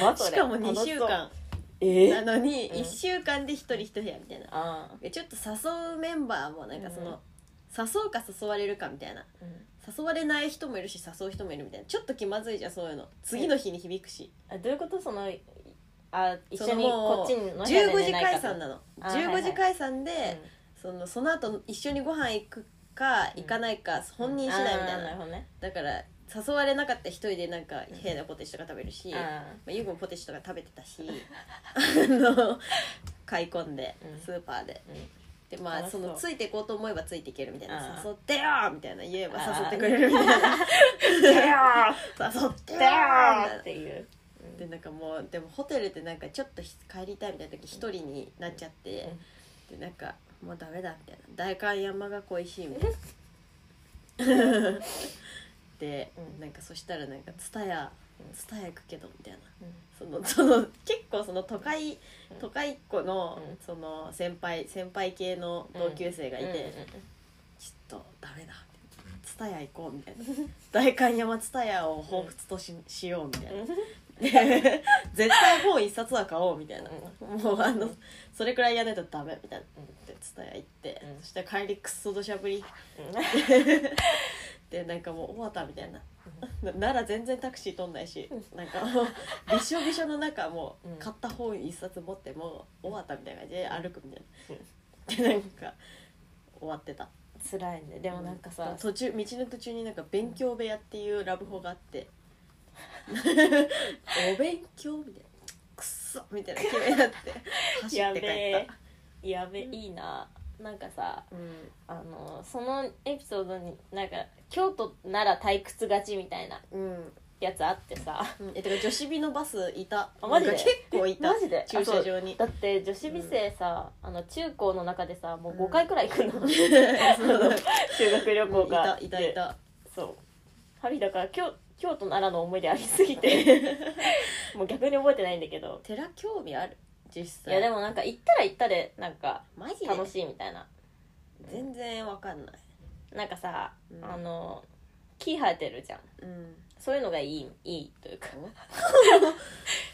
Speaker 3: ばそれ
Speaker 2: しかも2週間
Speaker 3: え
Speaker 2: なのに
Speaker 3: うん
Speaker 2: 1週間で一人一部屋みたいな、
Speaker 3: ああ
Speaker 2: でちょっと誘うメンバーもなんかその、
Speaker 3: うん
Speaker 2: 誘うか誘われるかみたいな
Speaker 3: うん
Speaker 2: 誘われない人もいるし誘う人もいるみたいなちょっと気まずいじゃんそういうの次の日に響くし
Speaker 3: あどういうことそのいあ一緒
Speaker 2: その
Speaker 3: に
Speaker 2: もう
Speaker 3: こっちの部屋で
Speaker 2: 15
Speaker 3: 寝
Speaker 2: 時
Speaker 3: ないか
Speaker 2: 解
Speaker 3: と
Speaker 2: 散なの
Speaker 3: あはいはい
Speaker 2: 15時解散で、
Speaker 3: うん
Speaker 2: そのその後一緒にご飯行くか行かないか、本人次第みたい
Speaker 3: あーな
Speaker 2: な
Speaker 3: るほどね
Speaker 2: だから誘われなかったら一人でなんか変なポテチとか食べるし、ま
Speaker 3: あ
Speaker 2: あ、ゆうくんポテチとか食べてた しあの買い込んで、
Speaker 3: うん
Speaker 2: スーパーで
Speaker 3: ーうん
Speaker 2: でまあ
Speaker 3: 楽し
Speaker 2: そ
Speaker 3: そう
Speaker 2: のついていこうと思えばついていけるみたいな
Speaker 3: あー
Speaker 2: 誘ってよーみたいな言えば
Speaker 3: あー
Speaker 2: 誘ってくれるみ たいな誘ってよーみたい な
Speaker 3: っていう
Speaker 2: でなんかもうでもホテルってなんかちょっとひ帰りたいみたいな時一人になっちゃって、でなんかもうダメだみたいな代官山が恋しいみたいな。 で、
Speaker 3: うん
Speaker 2: なんかそしたらなんか蔦屋蔦屋行くけどみたいなその その結構その都会
Speaker 3: うん
Speaker 2: 都会っ子の、
Speaker 3: うん
Speaker 2: その先輩先輩系の同級生がいて、
Speaker 3: うんうんうん
Speaker 2: ちょっとダメだみたいな蔦屋行こうみたい な代官山蔦屋を彷彿とし,、しようみたいな。で 絶対本一冊は買おうみたいな、もうあのそれくらいやらないとダメみたいな
Speaker 3: うん
Speaker 2: って伝え行って、
Speaker 3: うん
Speaker 2: そしたら帰りクソ土砂降り
Speaker 3: う
Speaker 2: でなんかもう終わったみたいな、 なら全然タクシー取んないし、なんかもうびしょびしょの中もう
Speaker 3: うん
Speaker 2: 買った本一冊持ってもう終わったみたいな感じで歩くみたいな、でなんか終わってた
Speaker 3: ん辛いねでもなんかさ
Speaker 2: 途中道の途中になんか勉強部屋っていうラブホがあって お勉強みたいなくっそみたいな気分になって走
Speaker 3: や
Speaker 2: って
Speaker 3: べ
Speaker 2: 帰っ
Speaker 3: え
Speaker 2: た
Speaker 3: やべえいいななんかさ
Speaker 2: う
Speaker 3: あのそのエピソードになんか京都なら退屈がちみたいなん
Speaker 2: うん
Speaker 3: やつあってさ
Speaker 2: うんえてか女子美のバスいた
Speaker 3: あマジで
Speaker 2: なんか結構いた
Speaker 3: マジで
Speaker 2: 駐車場に
Speaker 3: だって女子美生さ、あの中高の中でさもう5回くらい行くの、
Speaker 2: そう
Speaker 3: 修学旅行
Speaker 2: い
Speaker 3: が
Speaker 2: たいたいた
Speaker 3: そうハリーだから京京都奈良の思い出ありすぎて もう逆に覚えてないんだけど
Speaker 2: 寺興味ある実
Speaker 3: い
Speaker 2: 際
Speaker 3: やでもなんか行ったら行ったでなんか
Speaker 2: マジで
Speaker 3: 楽しいみたいな
Speaker 2: 全然わかんない
Speaker 3: なんかさ、
Speaker 2: うん
Speaker 3: あの木生えてるじゃん
Speaker 2: うん
Speaker 3: そういうのがいいいいというか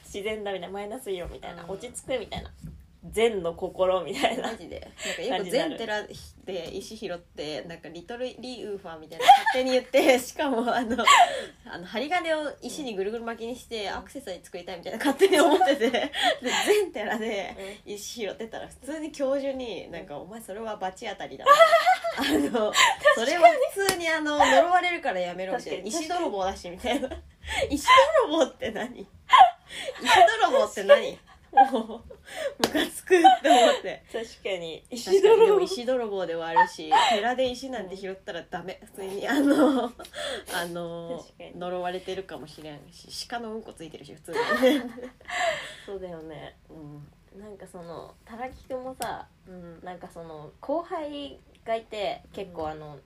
Speaker 3: 自然だみたいなマイナスイオンみたいな
Speaker 2: うん
Speaker 3: 落ち着くみたいな善の心みたいな
Speaker 2: マジでなんかよ
Speaker 3: 感じ
Speaker 2: く
Speaker 3: にな
Speaker 2: 全
Speaker 3: る
Speaker 2: 寺で石拾ってなんかリトルリーウーファーみたいな勝手に言って しかもあのあの針金を石にぐるぐる巻きにしてアクセサリー作りたいみたいな勝手に思ってて で全寺で石拾ってたら普通に教授に「なんかお前それは罰当たりだ」 あのそれは普通にあの呪われるからやめろみたいな
Speaker 3: 確かに
Speaker 2: 石泥棒だしみたいな石泥棒って何石泥棒って何もうムカつくって思って。
Speaker 3: 確かに
Speaker 2: 確かにでも石泥棒ではあるし寺で石なんて拾ったらダメ普通にあのあの
Speaker 3: 確かに
Speaker 2: 呪われてるかもしれんし鹿のうんこついてるし普通 に、
Speaker 3: そうだよね
Speaker 2: うん
Speaker 3: なんかそのたらきくんもさ
Speaker 2: うん
Speaker 3: なんかその後輩がいて結
Speaker 2: うん
Speaker 3: 構あの、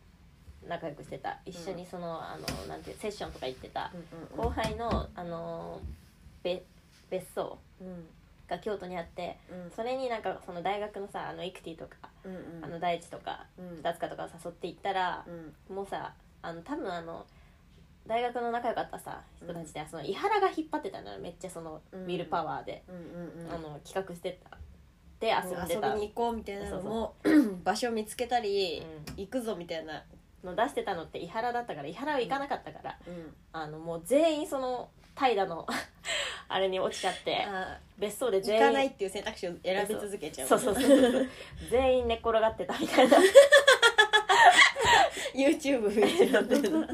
Speaker 3: 仲良くしてた一緒にその、あのなんてセッションとか行ってた
Speaker 2: うん
Speaker 3: 後輩のあのべ別荘
Speaker 2: うんうん
Speaker 3: が京都にあって
Speaker 2: うん
Speaker 3: それになんかその大学のさあのイクティとか、
Speaker 2: うんうん
Speaker 3: あの大地とか
Speaker 2: うん
Speaker 3: 二つかとかを誘って行ったら、
Speaker 2: うん
Speaker 3: もうさあの多分あの大学の仲良かったさ人たちで、その伊原が引っ張ってたのよめっちゃそのウ
Speaker 2: うん
Speaker 3: ィルパワーで、
Speaker 2: うんうんうん
Speaker 3: あの企画してたで遊んで
Speaker 2: 遊
Speaker 3: た
Speaker 2: びに行こうみたいなのも 場所見つけたり、行くぞみたいな、
Speaker 3: うんの出してたのって伊原だったから伊原は行かなかったから、
Speaker 2: うん、
Speaker 3: あのもう全員その怠惰の あれに落ちちゃって
Speaker 2: あ
Speaker 3: 別荘で
Speaker 2: 行
Speaker 3: 全員
Speaker 2: かないっていう選択肢を選び続けちゃう
Speaker 3: そうそうそうそう全員寝っ転がってたみたいな
Speaker 2: YouTube 見てたってな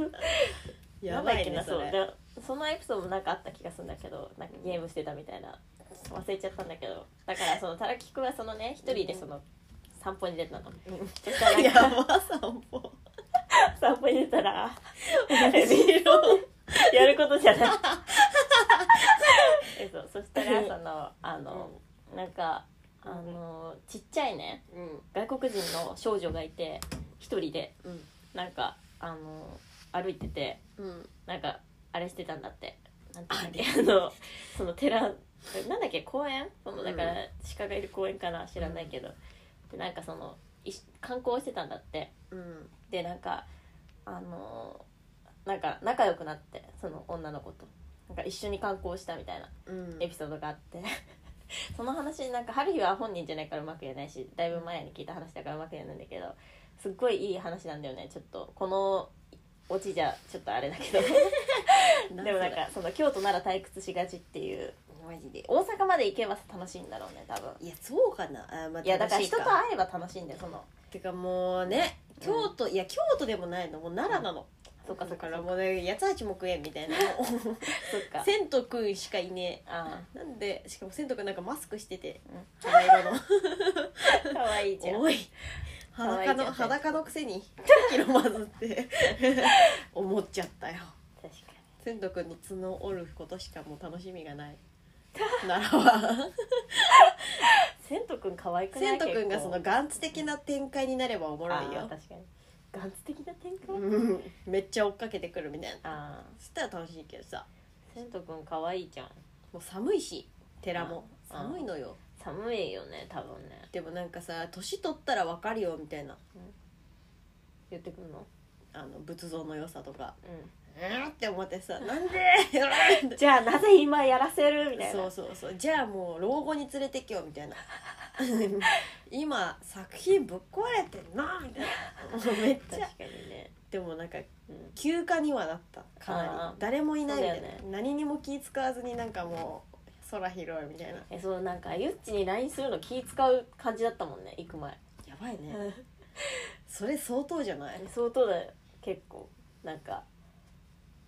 Speaker 2: やばい
Speaker 3: んだ
Speaker 2: ね
Speaker 3: っけな
Speaker 2: それ
Speaker 3: そうでそのエピソードもなんかあった気がするんだけどなんかゲームしてたみたいな忘れちゃったんだけどだからそのたらきくんはそのね一人でその散歩に出たの、そしたら
Speaker 2: や
Speaker 3: なんか
Speaker 2: ばさんも
Speaker 3: 散歩に出たら
Speaker 2: 面 白い
Speaker 3: やることじゃない えそうそしたらそのあの、なんかあのちっちゃいね
Speaker 2: うん
Speaker 3: 外国人の少女がいて一人で
Speaker 2: うん
Speaker 3: なんかあの歩いてて
Speaker 2: うん
Speaker 3: なんかあれしてたんだってなんていうんだっけあのその寺なんだっけ公園そのだから
Speaker 2: うん
Speaker 3: 鹿がいる公園かな知らないけど、でなんかそのいし観光してたんだって
Speaker 2: うん
Speaker 3: でなんかあのなんか仲良くなってその女の子となんか一緒に観光したみたいな
Speaker 2: うん
Speaker 3: エピソードがあって、 その話なんか春日は本人じゃないからうまく言えないしだいぶ前に聞いた話だからうまく言えないんだけどすっごいいい話なんだよねちょっとこのオ チじゃちょっとあれだけどでもなんかその京都なら退屈しがちっていう
Speaker 2: マジで
Speaker 3: 大阪まで行けば楽しいんだろうね多分
Speaker 2: いやそうかなあ、まあ、
Speaker 3: いやだから
Speaker 2: 楽し
Speaker 3: 人と会えば楽しいんだよその
Speaker 2: てかもうね京都、いや京都でもないのもう奈良なの、
Speaker 3: そっかそっ
Speaker 2: だか
Speaker 3: かそ
Speaker 2: ら
Speaker 3: っ
Speaker 2: もうね八つ橋も食えんみたいな
Speaker 3: か
Speaker 2: 千とくんしかいね
Speaker 3: あ
Speaker 2: えなんでしかも千とくんなんかマスクしてて
Speaker 3: うん
Speaker 2: 肌色の
Speaker 3: あかわいい じゃん
Speaker 2: おい
Speaker 3: 可愛い
Speaker 2: 裸
Speaker 3: じ
Speaker 2: の
Speaker 3: ゃん
Speaker 2: 裸のくせ にキロまずって思っちゃったよ
Speaker 3: 確か
Speaker 2: 千とくんの角を折ることしかもう楽しみが ない奈良は
Speaker 3: に千とくん可愛くない
Speaker 2: 千とくんが
Speaker 3: 結
Speaker 2: そ
Speaker 3: 構
Speaker 2: のガンツ的な展開になればおもろい
Speaker 3: あー
Speaker 2: よ
Speaker 3: 確かにガンツ的な展開、
Speaker 2: うんめっちゃ追っかけてくるみたいな
Speaker 3: ああ
Speaker 2: そしたら楽しいけどさ
Speaker 3: 千とくん可愛いじゃん
Speaker 2: もう寒いし寺も
Speaker 3: あー
Speaker 2: 寒いのよ
Speaker 3: 寒いよね多分ね
Speaker 2: でもなんかさ年取ったらわかるよみたいな
Speaker 3: 言ってくるの
Speaker 2: あの仏像の良さとか
Speaker 3: う
Speaker 2: うんって思って さなんで
Speaker 3: んじゃあなぜ今やらせるみたいな
Speaker 2: そうそう そうじゃあもう老後に連れてきようみた いな今作品ぶっ壊れてんなみたいな もうめっちゃ
Speaker 3: 確かにね、
Speaker 2: でもなんか
Speaker 3: うん、
Speaker 2: 休暇にはなったか
Speaker 3: あ
Speaker 2: な
Speaker 3: ー
Speaker 2: り誰もいないみたい
Speaker 3: そう
Speaker 2: な、
Speaker 3: だよ
Speaker 2: 何にも気使わずになんかもう空広いみたいな
Speaker 3: えそうなんかゆっちに LINE するの気使う感じだったもんね行く前
Speaker 2: やばいねそれ相当じゃない
Speaker 3: 相当だよ結構なんか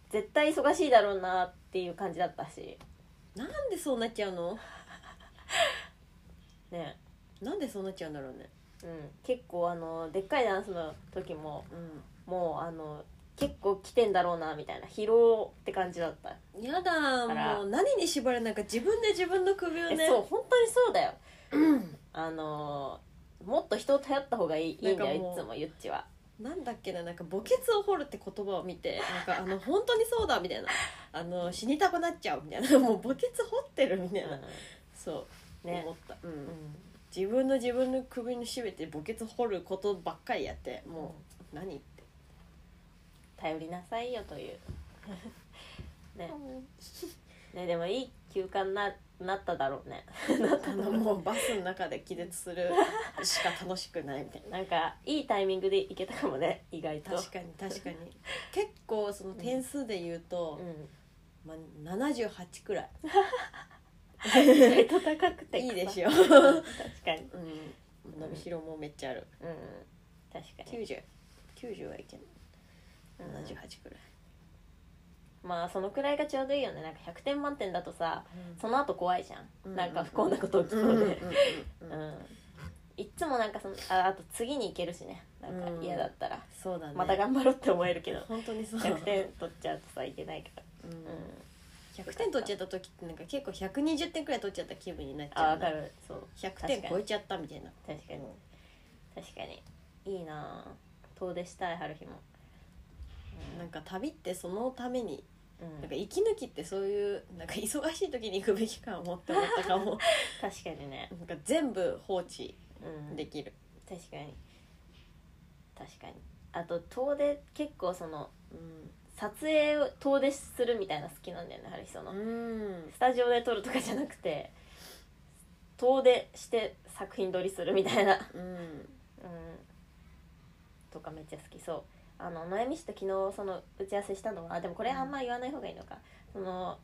Speaker 3: 絶対忙しいだろうなっていう感じだったし
Speaker 2: なんでそうなっちゃうの
Speaker 3: ね
Speaker 2: なんでそうなっちゃうんだろうね
Speaker 3: うん結構あのでっかいダンスの時も
Speaker 2: う
Speaker 3: もうあの結構来てんだろうなみたいな疲労って感じだった、
Speaker 2: んやだ
Speaker 3: あら
Speaker 2: もう何に縛れなんか自分で自分の首を
Speaker 3: え
Speaker 2: ね
Speaker 3: そう本当にそうだよ、あのもっと人を頼った方がいいいいんだよ
Speaker 2: なん
Speaker 3: い
Speaker 2: かもう
Speaker 3: つもゆっちは
Speaker 2: なんだっけななんか墓穴を掘るって言葉を見 てなんかあの本当にそうだみたいなあの死にたくなっちゃうみたいなも う墓穴掘ってるみたいな、そう、
Speaker 3: ね
Speaker 2: 思った、うん
Speaker 3: う
Speaker 2: 自分の自分の首に絞めて墓穴掘ることばっかりやって
Speaker 3: ん、も
Speaker 2: も
Speaker 3: う
Speaker 2: う何って、
Speaker 3: 頼りなさいよというねねでもいい休暇にななっただろうねなった
Speaker 2: あ
Speaker 3: だ
Speaker 2: の
Speaker 3: ろう
Speaker 2: もうバスの中で気絶するしか楽しくないみたいな
Speaker 3: なんかいいタイミングで行けたかもね意外と
Speaker 2: 確かに確かに結構その点数で言うと、
Speaker 3: う
Speaker 2: まあ、78くらい
Speaker 3: ん、意外と高くて
Speaker 2: いいでし
Speaker 3: ょ
Speaker 2: ょ、
Speaker 3: 確かに
Speaker 2: うん、伸びしろもめっちゃある
Speaker 3: うん確かに、
Speaker 2: 9090はいけない78くらい、
Speaker 3: まあそのくらいがちょうどいいよねなんか100点満点だとさその後怖いじゃん、
Speaker 2: うん
Speaker 3: なんか不幸なこと起き
Speaker 2: う
Speaker 3: そ
Speaker 2: んうんうんう
Speaker 3: う
Speaker 2: ん
Speaker 3: でうん、いっつもなんかそのああと次に行けるしねなんか嫌だったら、
Speaker 2: そうだね
Speaker 3: また頑張ろうって思え るけど
Speaker 2: 本当にそう
Speaker 3: 100点取っちゃうとさいけないから、
Speaker 2: う
Speaker 3: うんん、
Speaker 2: 100点取っちゃった時ってなんか結構120点くらい取っちゃった気分になっち
Speaker 3: あ
Speaker 2: ゃう
Speaker 3: わ
Speaker 2: ね
Speaker 3: かるそう
Speaker 2: 100点超えちゃったみたいな
Speaker 3: 確かに確かにいいなあ遠出したい春日も、うん
Speaker 2: なんか旅ってそのために
Speaker 3: うん
Speaker 2: なんか息抜きってそういうなんか忙しい時に行くべきかもって思ったかも
Speaker 3: 確かにね、
Speaker 2: なんか全部放置
Speaker 3: うん、
Speaker 2: できる、
Speaker 3: 確かに確かにあと遠出結構その撮影を遠出するみたいな好きなんだよね春日その、
Speaker 2: うん
Speaker 3: スタジオで撮るとかじゃなくて遠出して作品撮りするみたいな、うん、
Speaker 2: うん
Speaker 3: とかめっちゃ好きそうあの野み氏と昨日その打ち合わせしたのはあでもこれあんま言わない方がいいのか、その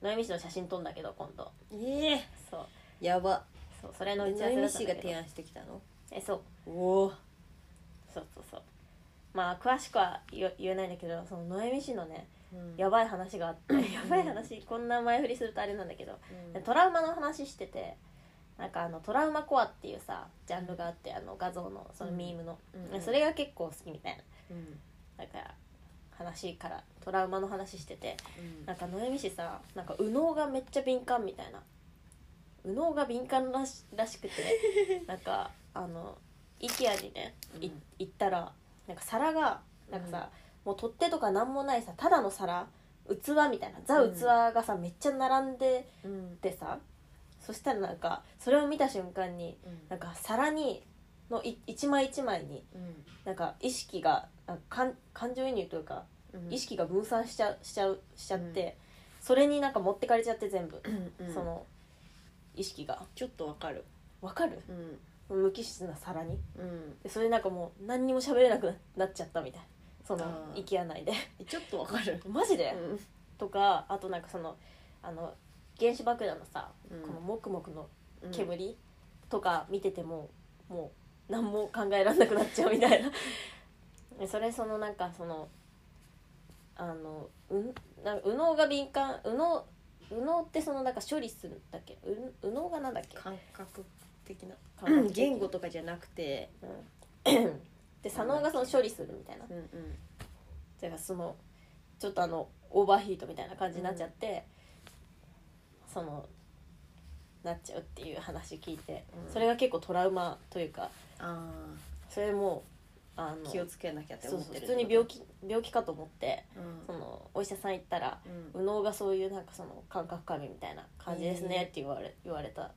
Speaker 3: 野み氏の写真撮んだけど今度
Speaker 2: ええ
Speaker 3: そう
Speaker 2: やば
Speaker 3: そうそれの打
Speaker 2: で
Speaker 3: ち合
Speaker 2: ノ
Speaker 3: わ
Speaker 2: イ
Speaker 3: せ
Speaker 2: ミ
Speaker 3: だ
Speaker 2: ッ
Speaker 3: った
Speaker 2: シ
Speaker 3: ん
Speaker 2: ーが提
Speaker 3: だけど
Speaker 2: 案してきたの
Speaker 3: えそう
Speaker 2: おお
Speaker 3: そうそうそうまあ詳しくは言言えないんだけどその野み氏のねや
Speaker 2: ば、
Speaker 3: ばい話があって やばい話こんな前振りするとあれなんだけど
Speaker 2: うん
Speaker 3: トラウマの話しててなんかあのトラウマコアっていうさジャンルがあってあの画像のそのミームの、
Speaker 2: うんうん
Speaker 3: それが結構好きみたい
Speaker 2: うん
Speaker 3: なだから話からトラウマの話してて
Speaker 2: うん
Speaker 3: なんか野み氏さなんか右脳がめっちゃ敏感みたいな右脳が敏感らしらしく てなんかあの IKEA にねい
Speaker 2: うん
Speaker 3: 行ったらなんか皿がなんかさ、もう取っ手とかなんもないさただの皿器みたいなザ
Speaker 2: うん
Speaker 3: 器がさ、めっちゃ並んで
Speaker 2: うん
Speaker 3: でさそしたらなんかそれを見た瞬間になんか皿にのい一枚一枚に
Speaker 2: うん
Speaker 3: なんか意識がなんか感感情移入というか
Speaker 2: うん
Speaker 3: 意識が分散しちゃうしちゃうしちゃって、それになんか持ってかれちゃって全部、
Speaker 2: うん
Speaker 3: その意識が
Speaker 2: ちょっとわかる
Speaker 3: わかる
Speaker 2: うん
Speaker 3: 無機質な皿に
Speaker 2: うん
Speaker 3: でそれなんかもう何にも喋れなくななっちゃったみたいなそ
Speaker 2: あ
Speaker 3: の
Speaker 2: ー
Speaker 3: 息やないで
Speaker 2: ちょっとわかる
Speaker 3: マジで、
Speaker 2: うん
Speaker 3: とかあとなんかそのあの原子爆弾のさ、
Speaker 2: うん
Speaker 3: このもくもくの
Speaker 2: うん
Speaker 3: 煙とか見てても、もう何も考えられなくなっちゃうみたいな それそのなんかそのあのうんなん右脳が敏感右脳右脳ってそのなんか処理するんだっけう右脳がなんだっけ
Speaker 2: 感覚的な
Speaker 3: 感覚的に
Speaker 2: 言語とかじゃなくて、
Speaker 3: うん、で左脳がその処理するみたいな
Speaker 2: うんうん、
Speaker 3: だからそのちょっとあのオーバーヒートみたいな感じになっちゃって、そのなっちゃうっていう話聞いて、
Speaker 2: うん
Speaker 3: それが結構トラウマというか
Speaker 2: あ
Speaker 3: それもあの
Speaker 2: ー気をつけなきゃって
Speaker 3: そう
Speaker 2: 思っ
Speaker 3: そう
Speaker 2: て
Speaker 3: 普
Speaker 2: る
Speaker 3: 通に病気病気かと思って
Speaker 2: うん
Speaker 3: そのお医者さん行ったら
Speaker 2: うん
Speaker 3: 「右脳がそういうなんかその感覚過敏みたいな感じです
Speaker 2: へー
Speaker 3: ね」って言われ言われたっ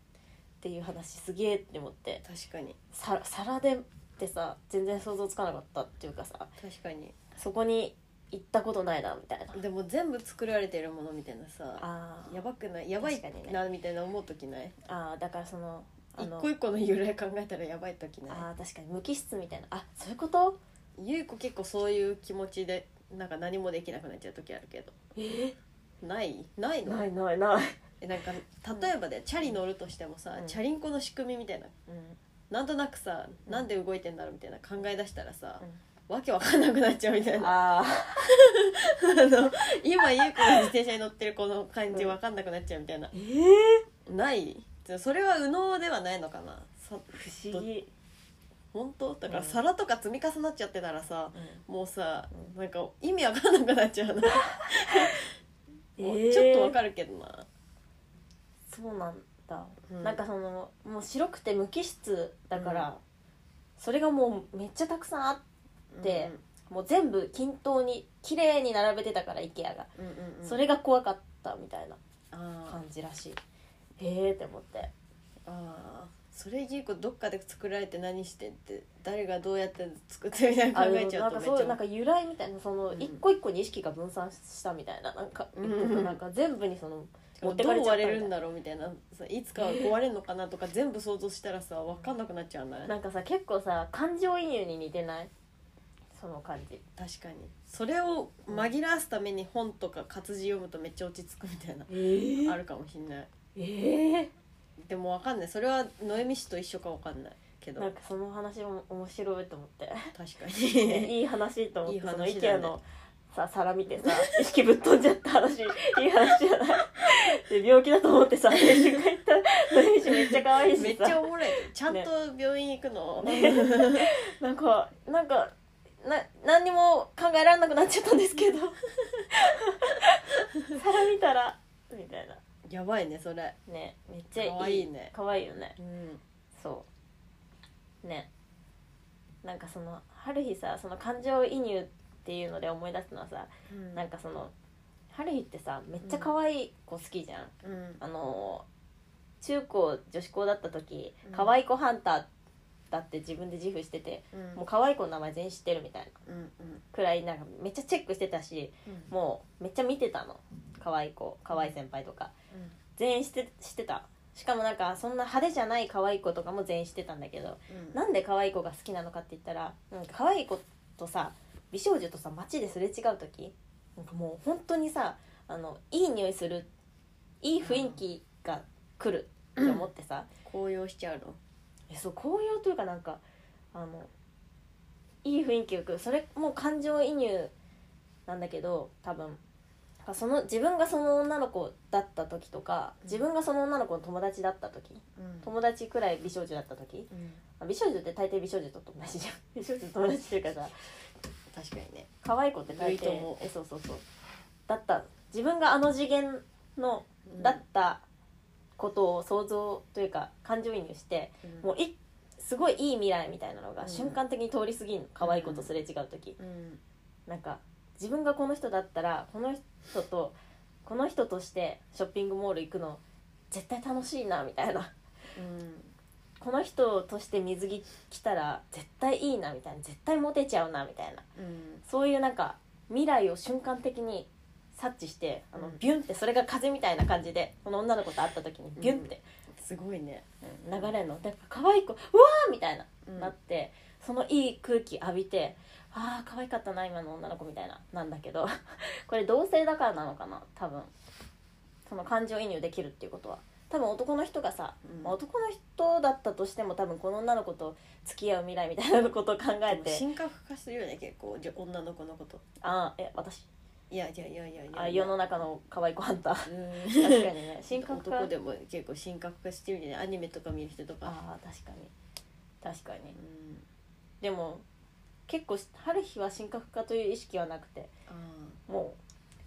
Speaker 3: ていう話すげえって思って
Speaker 2: 確かに
Speaker 3: さ皿でってさ全然想像つかなかったっていうかさ
Speaker 2: 確かに
Speaker 3: そこに行ったことないなみたいな
Speaker 2: でも全部作られてるものみたいなさ
Speaker 3: あー
Speaker 2: やばくないやばい
Speaker 3: 確かにね
Speaker 2: なみたいな思う時ない
Speaker 3: あーだからそのあ
Speaker 2: 一
Speaker 3: の
Speaker 2: 個一個の由来考えたらやばい時ない
Speaker 3: あー確かに無機質みたいなあそういうこと
Speaker 2: ゆう子結構そういう気持ちでなんか何もできなくなっちゃう時あるけどないないの
Speaker 3: いないない、
Speaker 2: えなんか例えばでチャリ乗るとしてもさ、
Speaker 3: うん
Speaker 2: チャリンコの仕組みみたいな
Speaker 3: うん、
Speaker 2: なんとなくさ、
Speaker 3: うん
Speaker 2: なんで動いてんだろうみたいな考え出したらさ、わけわかんなくなっちゃうみたいな あ
Speaker 3: あ
Speaker 2: の今ゆう子が自転車に乗ってるこの感じわかんなくなっちゃうみたいな
Speaker 3: え
Speaker 2: ないじゃあそれは右脳ではないのかなさ
Speaker 3: 不思議、
Speaker 2: 本当だから
Speaker 3: うん
Speaker 2: 皿とか積み重なっちゃってたらさ、もうさなんか意味わかんなくなっちゃうな、もう
Speaker 3: えー
Speaker 2: ちょっとわかるけどな、
Speaker 3: そうなんだ、
Speaker 2: う
Speaker 3: なんかそのもう白くて無機質だから、それがもうめっちゃたくさんあってもう全部均等に綺麗に並べてたから IKEA が、
Speaker 2: うんうんうんうん
Speaker 3: それが怖かったみたいな
Speaker 2: あ
Speaker 3: 感じらしいへえって思って
Speaker 2: ーあーそれゆう子どっかで作られて何してって誰がどうやって作ってみたいな
Speaker 3: あ
Speaker 2: 考
Speaker 3: の
Speaker 2: えちゃ
Speaker 3: な
Speaker 2: うんと
Speaker 3: か
Speaker 2: めっ
Speaker 3: そう
Speaker 2: ち
Speaker 3: な
Speaker 2: ゃ
Speaker 3: んか由来みたいなその
Speaker 2: うん
Speaker 3: 一個一個に意識が分散したみたいななんか
Speaker 2: うん
Speaker 3: 一個一個なんか全部にその
Speaker 2: も
Speaker 3: 持
Speaker 2: う
Speaker 3: って
Speaker 2: どう
Speaker 3: かれちゃ
Speaker 2: 壊
Speaker 3: ったみ
Speaker 2: れ
Speaker 3: た
Speaker 2: る
Speaker 3: い
Speaker 2: ん
Speaker 3: な
Speaker 2: だろうみたいなさいつかは壊れるのかなとか全部想像したらさわかんなくなっちゃわない
Speaker 3: なんかさ結構さ感情移入に似てないその感じ
Speaker 2: 確かにそれを紛らわすために本とか活字読むとめっちゃ落ち着くみたいな
Speaker 3: えー
Speaker 2: あるかもしんない
Speaker 3: え
Speaker 2: でもわかんないそれはノエミ氏と一緒かわかんないけど
Speaker 3: なん
Speaker 2: 確か
Speaker 3: かその話も面白いと思って
Speaker 2: に
Speaker 3: いい話と思っ
Speaker 2: いい
Speaker 3: て
Speaker 2: 話だ
Speaker 3: その
Speaker 2: ね
Speaker 3: IKEA のさ皿見てさ意識ぶっ飛んじゃった話いい話じゃないで病気だと 思ってさ先週が行ったのに めっちゃ可愛いしさ
Speaker 2: めっちゃおもろいちゃんと病院行く の、
Speaker 3: なんかなんかな何にも考えられなくなっちゃったんで すけど皿見たらみたいな
Speaker 2: やばいねそれ
Speaker 3: ねめっちゃいい
Speaker 2: 可愛いね
Speaker 3: 可愛いよね
Speaker 2: うん
Speaker 3: そうねなんかそのある日さその感情移入っていうので思い出すのはさなんかその春日ってさめっちゃ可愛い子好きじゃん、
Speaker 2: うん
Speaker 3: あの中高女子校だった時
Speaker 2: うん
Speaker 3: 可愛い子ハンターだって自分で自負してて、
Speaker 2: うん
Speaker 3: もう可愛い子の名前全員知ってるみたいな
Speaker 2: うん
Speaker 3: くらいなんかめっちゃチェックしてたし
Speaker 2: うん
Speaker 3: もうめっちゃ見てたの可愛い子可愛い先輩とか全員してしてたしかもなんかそんな派手じゃない可愛い子とかも全員してたんだけど
Speaker 2: うん
Speaker 3: なんで可愛い子が好きなのかって言ったらなんか可愛い子とさ美少女とさ街ですれ違う時なんかもう本当にさあのいい匂いするいい雰囲気が来るって思ってさ、
Speaker 2: 紅葉しちゃうの
Speaker 3: えそう紅葉というかなんかあのいい雰囲気が来るそれもう感情移入なんだけど多分その自分がその女の子だった時とか自分がその女の子の友達だった時
Speaker 2: うん
Speaker 3: 友達くらい美少女だった時
Speaker 2: うん
Speaker 3: あ美少女って大抵美少女と友達じゃん 美少女と友達っていうかさ
Speaker 2: 確かにね
Speaker 3: 可愛い子って大
Speaker 2: いいと
Speaker 3: 抵
Speaker 2: 思う
Speaker 3: えそうそうそうだった自分があの次元のだったことを想像というか感情移入して
Speaker 2: うん
Speaker 3: もういすごいいい未来みたいなの
Speaker 2: う
Speaker 3: が
Speaker 2: ん
Speaker 3: 瞬間的に通り過ぎんの可愛い子とすれ違う時、
Speaker 2: うん
Speaker 3: なんか自分がこの人だったらこの人とこの人としてショッピングモール行くの絶対楽しいなみたいな
Speaker 2: うん
Speaker 3: この人として水着着たら絶対いいなみたいな絶対モテちゃうなみたいな
Speaker 2: うん
Speaker 3: そういうなんか未来を瞬間的に察知してあの
Speaker 2: うん
Speaker 3: ビュンってそれが風みたいな感じでこの女の子と会った時にビュンって
Speaker 2: すごいね
Speaker 3: 流れんのだから可愛い子うわーみたいな
Speaker 2: うん
Speaker 3: なって、そのいい空気浴びてあー可愛か ったな今の女の子みたいななんだけどこれ同性だからなのかな多分その感情移入できるっていうことは多分男の人がさ、
Speaker 2: うん
Speaker 3: まあ男の人だったとしても多分この女の子と付き合う未来みたいなことを考え
Speaker 2: でも
Speaker 3: て
Speaker 2: 神格化するよね結構じゃ女の子のこと
Speaker 3: あーえ私
Speaker 2: いやいやいやいやいや
Speaker 3: あ世の中の可愛い子ハンター
Speaker 2: うん
Speaker 3: 確かに ね神格化
Speaker 2: 男でも結構神格化してるよねアニメとか見る人とか
Speaker 3: ああ確かに確かに
Speaker 2: うん
Speaker 3: でも結構春日は神格化という意識はなくて
Speaker 2: あ
Speaker 3: も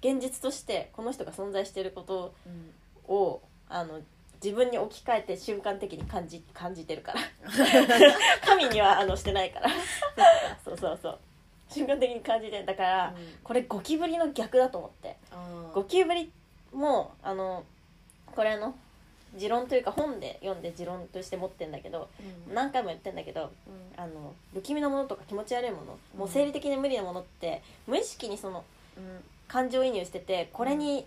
Speaker 3: う現実としてこの人が存在していること
Speaker 2: ーうん
Speaker 3: をあの自分に置き換えて瞬間的に感じ感じてる から神にはあのしてないからそうそうそう瞬間的に感じてるだから、
Speaker 2: うん
Speaker 3: これゴキブリの逆だと思って
Speaker 2: あー
Speaker 3: ゴキブリもあのこれあの持論というか本で読んで持論として持ってんだけど
Speaker 2: うん
Speaker 3: 何回も言ってんだけど
Speaker 2: うん
Speaker 3: あの不気味なものとか気持ち悪いもの、
Speaker 2: うん
Speaker 3: もう生理的に無理なものって無意識にその感情移入しててこれに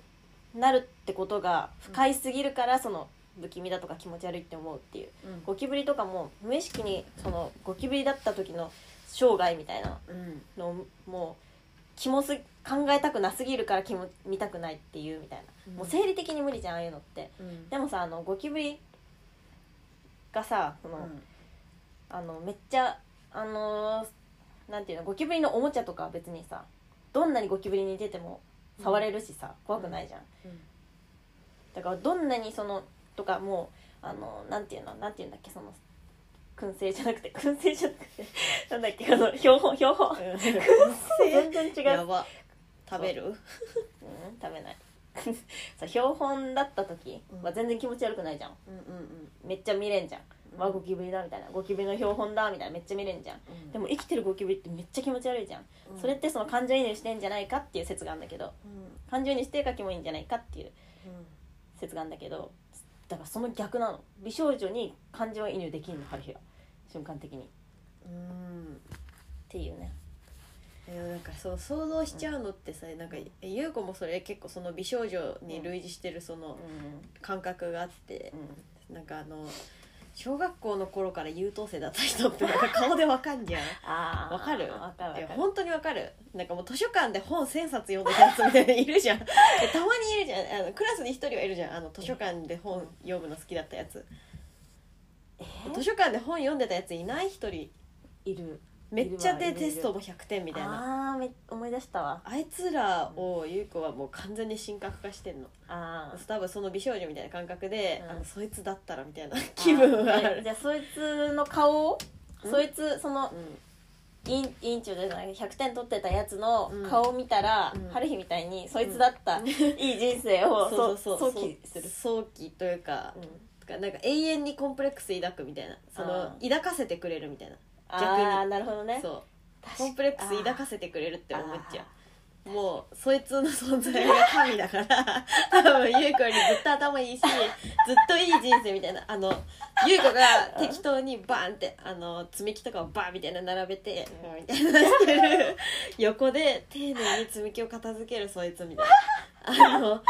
Speaker 3: なるってことが不快すぎるからその不気味だとか気持ち悪いって思うっていう
Speaker 2: うん
Speaker 3: ゴキブリとかも無意識にそのゴキブリだった時の生涯みたいな
Speaker 2: うん
Speaker 3: のをもう気もす考えたくなすぎるから気も見たくないっていうみたいなもう生理的に無理じゃんああいうのって
Speaker 2: うん
Speaker 3: でもさあのゴキブリがさその、
Speaker 2: うん
Speaker 3: あのめっちゃあのーなんていうのゴキブリのおもちゃとかは別にさどんなにゴキブリに出ても触れるしさ、怖くないじゃんだからどんなにそのとかもうあのなんていうのなんていうんだっけその燻製じゃなくて燻製じゃなくてなんだっけあの標本標本全然違う、
Speaker 2: やば食べる
Speaker 3: うん、食べない さ標本だった時は全然気持ち悪くないじゃん
Speaker 2: うんうん
Speaker 3: めっちゃ見れんじゃん、
Speaker 2: うん
Speaker 3: わあゴキブリだみたいなゴキブリの標本だみたいなめっちゃ見れんじゃん
Speaker 2: うん
Speaker 3: でも生きてるゴキブリってめっちゃ気持ち悪いじゃん、
Speaker 2: うん
Speaker 3: それってその感情移入してんじゃないかっていう説があるんだけど
Speaker 2: うん
Speaker 3: 感情移入してるかキモいんじゃないかっていう
Speaker 2: うん
Speaker 3: 説があるんだけどだからその逆なの美少女に感情移入できんの春日は瞬間的にっ
Speaker 2: うん
Speaker 3: ていうね
Speaker 2: でもなんかそう想像しちゃうのってさ、なんかえ優子もそれ結構その美少女に類似してるそうの
Speaker 3: ん
Speaker 2: 感覚があって
Speaker 3: うん
Speaker 2: なんかあの小学校の頃から優等生だった人ってなんか顔でわかんじ ゃん
Speaker 3: ああ
Speaker 2: わかる
Speaker 3: わかるわ
Speaker 2: いや
Speaker 3: かる
Speaker 2: 本当にわかるなんかもう図書館で本1000冊読んでたやつみたいないるじゃ んえたまにいるじゃんあのクラスに1人はいるじゃんあの図書館で本読むの好きだったやつ
Speaker 3: え
Speaker 2: 図書館で本読んでたやついない1人
Speaker 3: いる
Speaker 2: めっちゃ
Speaker 3: い
Speaker 2: で
Speaker 3: るわいるいる
Speaker 2: テストも100点みたいな
Speaker 3: ああーめ思い出したわ
Speaker 2: あいつらを優子はもう完全に神格化してんの
Speaker 3: あー
Speaker 2: 多分その美少女みたいな感覚で、
Speaker 3: うん
Speaker 2: あのそいつだったらみたいな気分があ
Speaker 3: え
Speaker 2: る
Speaker 3: じゃあそいつの顔を
Speaker 2: ん
Speaker 3: そいつその
Speaker 2: う
Speaker 3: 委員委員長じゃない100点取ってたやつの
Speaker 2: うん
Speaker 3: 顔を見たら、
Speaker 2: うん
Speaker 3: 春日みたいにそいつだった、いい人生を
Speaker 2: ん そう
Speaker 3: そ
Speaker 2: そうそ
Speaker 3: う想
Speaker 2: う
Speaker 3: 起する、
Speaker 2: 早期というか
Speaker 3: う、ん、
Speaker 2: なんか永遠にコンプレックス抱くみたいなその
Speaker 3: あ
Speaker 2: 抱かせてくれるみたいな、逆に
Speaker 3: ああなるほどね
Speaker 2: そう
Speaker 3: 確か
Speaker 2: コンプレックス抱かせてくれるって思っちゃ
Speaker 3: あ
Speaker 2: うもうそいつの存在が神だから多分優子よりずっと頭いいしずっといい人生みたいなあの優子が適当にバーンってあの積み木とかをバーンみたいな並べてうんみたいなしてる横で丁寧に積み木を片付けるそいつみたいなあの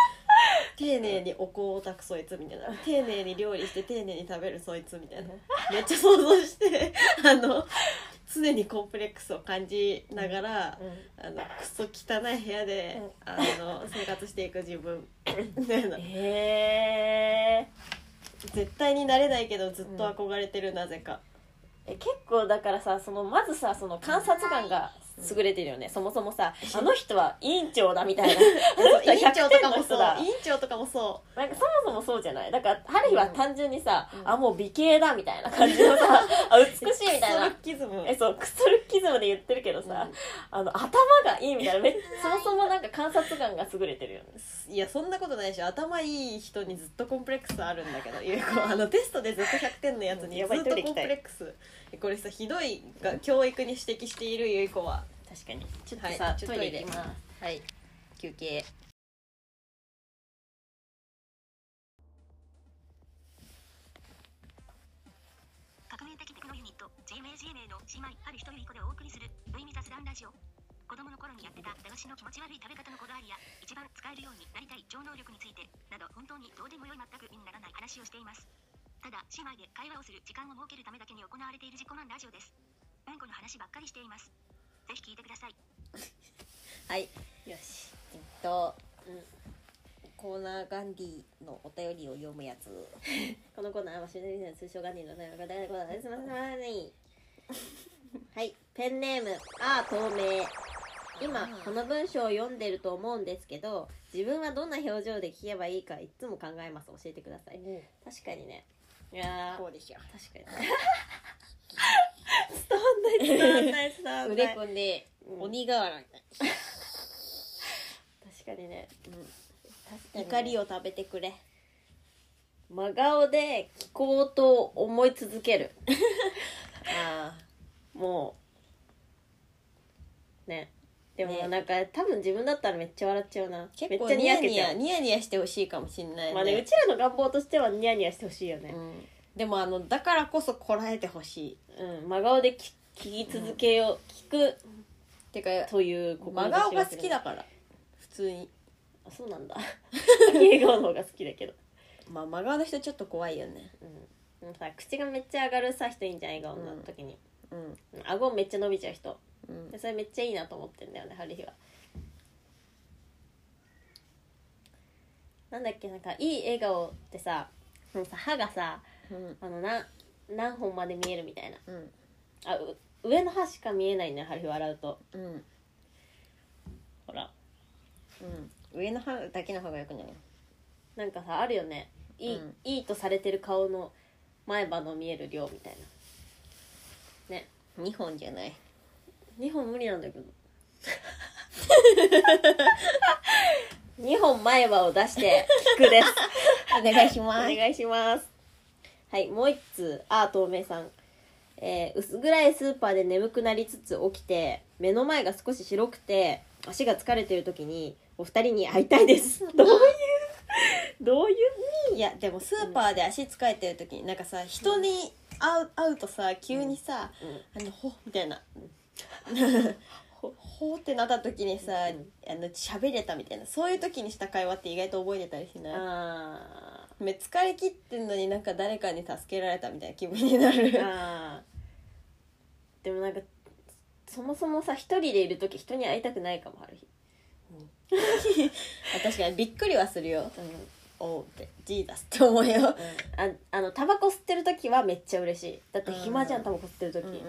Speaker 2: 丁寧にお香を炊くそいつみ たいな丁寧に料理して丁寧に食べるそいつみたいなめっちゃ想像して あの常にコンプレックスを感じながら、
Speaker 3: うん
Speaker 2: あのクソ汚い部屋で、あの生活していく自分みたいな
Speaker 3: へー
Speaker 2: 絶対になれないけどずっと憧れてる、なぜか
Speaker 3: え結構だからさそのまずさその観察眼が優れてるよね、そもそもさあの人は委員長だみたいな
Speaker 2: そう 委
Speaker 3: 人は
Speaker 2: 員長とかも
Speaker 3: 100点の人
Speaker 2: そう
Speaker 3: だ
Speaker 2: 委員長とかもそ
Speaker 3: なんかそもそもそうじゃないだから春日は単純にさ、
Speaker 2: うん
Speaker 3: あもう美形だみたいな感じのさあ美し
Speaker 2: う
Speaker 3: いみたい
Speaker 2: クソ
Speaker 3: な
Speaker 2: ルッキズム
Speaker 3: えそうクソルッキズムで言ってるけどさ、あの頭がいいみたいなめっ そもそもなんか観察眼が優れてるよね
Speaker 2: いやそんなことないでしょ頭いい人にずっとコンプレックスあるんだけど優子あのテストでずっと100点のやつにず
Speaker 3: や
Speaker 2: っ
Speaker 3: ばい
Speaker 2: とコンプレックスこれさひどいが教育に指摘している優子は
Speaker 3: 確かにちょっとさ、
Speaker 2: はいちょっ
Speaker 3: ト
Speaker 2: と
Speaker 3: イレ行きます
Speaker 2: はい
Speaker 3: 休憩
Speaker 1: 革命的テクノユニット GMAGMA の姉妹ある人より子でお送りする無意味雑談ラジオ子供の頃にやってた駄菓子の気持ち悪い食べ方のこだわりや一番使えるようになりたい超能力についてなど本当にどうでもよい全く意味にならない話をしていますただ姉妹で会話をする時間を設けるためだけに行われている自己満ラジオですうんこの話ばっかりしていますぜひ聞いてください
Speaker 3: はいよしえっと、うん、
Speaker 2: コーナーガンディのお便りを読むやつ
Speaker 3: このコーナーはシュネリセン通称ガンディの内容が大事なコーナーです。すみません。はい。ペンネーム、あー透明。今、この文章を読んでると思うんですけど、自分はどんな表情で聞けばいいかいっつも考えます。教えてください。確かにね。いやー、
Speaker 2: こうでしょ
Speaker 3: 確かに。伝わんない、伝わんない、伝わんない。
Speaker 2: んで
Speaker 3: うん
Speaker 2: 鬼瓦
Speaker 3: 確かにね。うん。
Speaker 2: 怒り
Speaker 3: を。
Speaker 2: を食べてくれ
Speaker 3: 真顔で聞こうと思い続ける。
Speaker 2: あ
Speaker 3: もうねでも
Speaker 2: ね
Speaker 3: なんか、多分自分だったらめっちゃ笑っちゃうな
Speaker 2: 結構
Speaker 3: めっちゃ
Speaker 2: ニ
Speaker 3: にや
Speaker 2: ヤ
Speaker 3: け
Speaker 2: ニ
Speaker 3: ちゃ
Speaker 2: ヤ
Speaker 3: う
Speaker 2: ニヤニヤしてほしいかもしんないね,、
Speaker 3: まあねうちらの願望としてはニヤニヤしてほしいよね、
Speaker 2: うん、でもあのだからこそこらえてほしい
Speaker 3: うん真顔でき聞き続けよう、聞く
Speaker 2: てか
Speaker 3: という
Speaker 2: 真顔が好きだから普通に
Speaker 3: あそうなんだ 笑顔の方が好きだけど、
Speaker 2: まあ真顔の人ちょっと怖いよね
Speaker 3: うん、でもさ口がめっちゃ上がるさ人いいんじゃん笑顔の時
Speaker 2: うん
Speaker 3: に、うん顎めっちゃ伸びちゃう人
Speaker 2: うん
Speaker 3: でそれめっちゃいいなと思ってんだよね春日はなんだっけなんかいい笑顔ってさそのさ歯がさ
Speaker 2: うん
Speaker 3: あのな何本まで見えるみたいな
Speaker 2: うん
Speaker 3: あう上の歯しか見えないね春日笑うと
Speaker 2: うん
Speaker 3: ほら
Speaker 2: うん上の歯だけの方がよくない
Speaker 3: なんかさあるよねいい,、
Speaker 2: うん
Speaker 3: いいとされてる顔の前歯の見える量みたいなね
Speaker 2: 2本じゃない
Speaker 3: 2本無理なんだけど2本前歯を出して聞く です
Speaker 2: お願いし
Speaker 3: お
Speaker 2: ます
Speaker 3: 願いします。はい、もう一通、あー、透明さん。えー薄暗いスーパーで眠くなりつつ起きて、目の前が少し白くて、足が疲れてる時に、お二人に会いたい です。どういう、 どういう
Speaker 2: いやでもスーパーで足疲れてる時になんかさ人に会う会うとさ急にさ「あのほ」みたい な「ほ」ほってなった時にさ
Speaker 3: うん
Speaker 2: あの喋れたみたいなそういう時にした会話って意外と覚えてたりしない
Speaker 3: あ
Speaker 2: め疲れ切ってんのになんか誰かに助けられたみたいな気分になる
Speaker 3: ーあーでもなんか、そもそもさ、一人でいる時人に会いたくないかも、ある日。
Speaker 2: あ確かにびっくりはするよ
Speaker 3: うん。うん、
Speaker 2: 「おう」って「ジーダス」って思うよ
Speaker 3: ああの、タバコ吸ってる時はめっちゃ嬉しい。だって暇じゃ
Speaker 2: うん
Speaker 3: ん、タバコ吸ってる時
Speaker 2: うんうんうん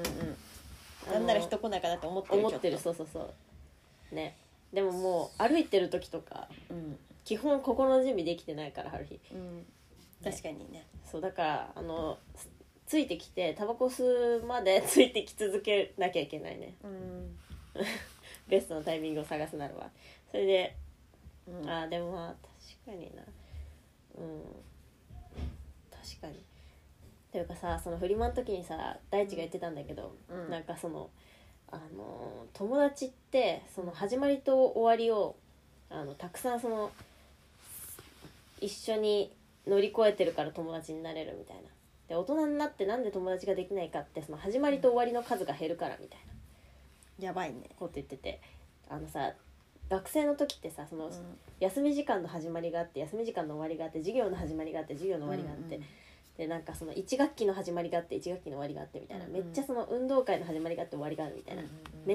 Speaker 3: あの
Speaker 2: なんなら人来ないかなって思ってる
Speaker 3: 思ってる
Speaker 2: ちょ
Speaker 3: そうそうそうねでももう歩いてる時とか
Speaker 2: っとうん
Speaker 3: 基本心の準備できてないから春日
Speaker 2: うん確かにね
Speaker 3: そうだからあのすついてきてタバコ吸うまでついてき続けなきゃいけないね
Speaker 2: うん
Speaker 3: ベストのタイミングを探すならばそれで、
Speaker 2: うん
Speaker 3: ああでもまあ確かになうん確かにというかさそのフリマの時にさ大地が言ってたんだけど、
Speaker 2: うん
Speaker 3: なんかそのあの友達ってその始まりと終わりをあのたくさんその一緒に乗り越えてるから友達になれるみたいなで大人になってなんで友達ができないかってその始まりと終わりの数が減るからみたいな
Speaker 2: やばいね
Speaker 3: こと言っててあのさ学生の時ってさその、
Speaker 2: うん
Speaker 3: 休み時間の始まりがあって休み時間の終わりがあって授業の始まりがあって授業の終わりがあって、
Speaker 2: うんうん
Speaker 3: でなんかその1学期の始まりがあって1学期の終わりがあってみたいな、
Speaker 2: うんうん
Speaker 3: めっちゃその運動会の始まりがあって終わりがあるみたいな、め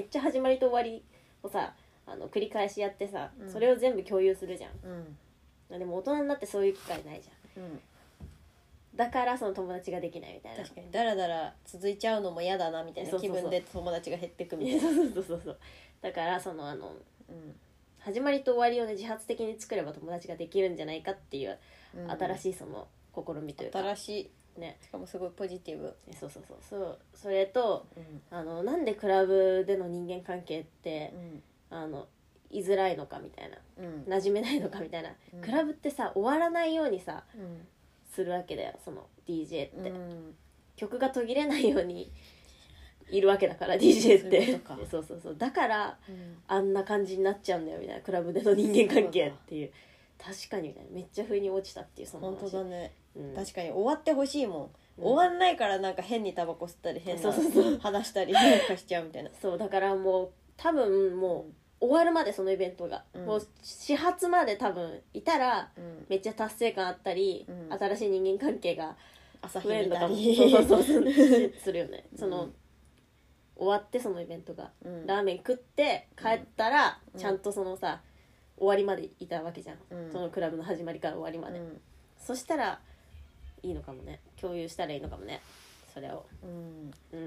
Speaker 2: ね
Speaker 3: っちゃ始まりと終わりをさあの繰り返しやってさ、
Speaker 2: うん
Speaker 3: それを全部共有するじゃ
Speaker 2: うん
Speaker 3: んでも大人になってそういう機会ないじゃん
Speaker 2: うん
Speaker 3: だからその友達ができないみたいな
Speaker 2: 確かにだらだら続いちゃうのも嫌だなみたいな
Speaker 3: そうそ
Speaker 2: 気
Speaker 3: うそう
Speaker 2: 分で友達が減ってくみたいな
Speaker 3: そうそうそうそうだからそのあの始まりと終わりをね自発的に作れば友達ができるんじゃないかっていう新
Speaker 2: い
Speaker 3: しいその試みというか、
Speaker 2: 新しい
Speaker 3: ね
Speaker 2: しかもすごいポジティブ
Speaker 3: そうそうそうそうそれとあのなんでクラブでの人間関係ってあの居づらいのかみたいな
Speaker 2: うん
Speaker 3: 馴染めないのかみたいな、
Speaker 2: うん
Speaker 3: クラブってさ終わらないようにさ
Speaker 2: うん
Speaker 3: するわけだよその DJ って、
Speaker 2: うん
Speaker 3: 曲が途切れないようにいるわけだから DJ って
Speaker 2: そういうことか
Speaker 3: そうそうそうだからあんな感じになっちゃうんだよみたいなクラブでの人間関係っていう確かにみたいなめっちゃ不意に落ちたっていうその
Speaker 2: 本当だね
Speaker 3: うん
Speaker 2: 確かに終わってほしいもん
Speaker 3: うん
Speaker 2: 終わんないからなんか変にタバコ吸ったり変
Speaker 3: そ
Speaker 2: な
Speaker 3: うそうそう
Speaker 2: 話したり変化しちゃうみたいな
Speaker 3: そうだからもう多分もう終わるまでそのイベントが、
Speaker 2: うん
Speaker 3: もう始発まで多分いたら
Speaker 2: うん
Speaker 3: めっちゃ達成感あったり、
Speaker 2: うん
Speaker 3: 新しい人間関係が
Speaker 2: 朝日
Speaker 3: 増える
Speaker 2: 見
Speaker 3: の
Speaker 2: た
Speaker 3: かも
Speaker 2: り
Speaker 3: そうそうそうそう するよねその、
Speaker 2: うん
Speaker 3: 終わってそのイベントが、
Speaker 2: うん
Speaker 3: ラーメン食って帰ったら、
Speaker 2: うん
Speaker 3: ちゃんとそのさ終わりまでいたわけじゃん、
Speaker 2: うん
Speaker 3: そのクラブの始まりから終わりまで、
Speaker 2: うん
Speaker 3: そしたらいいのかもね共有したらいいのかもねそれを
Speaker 2: うん
Speaker 3: うん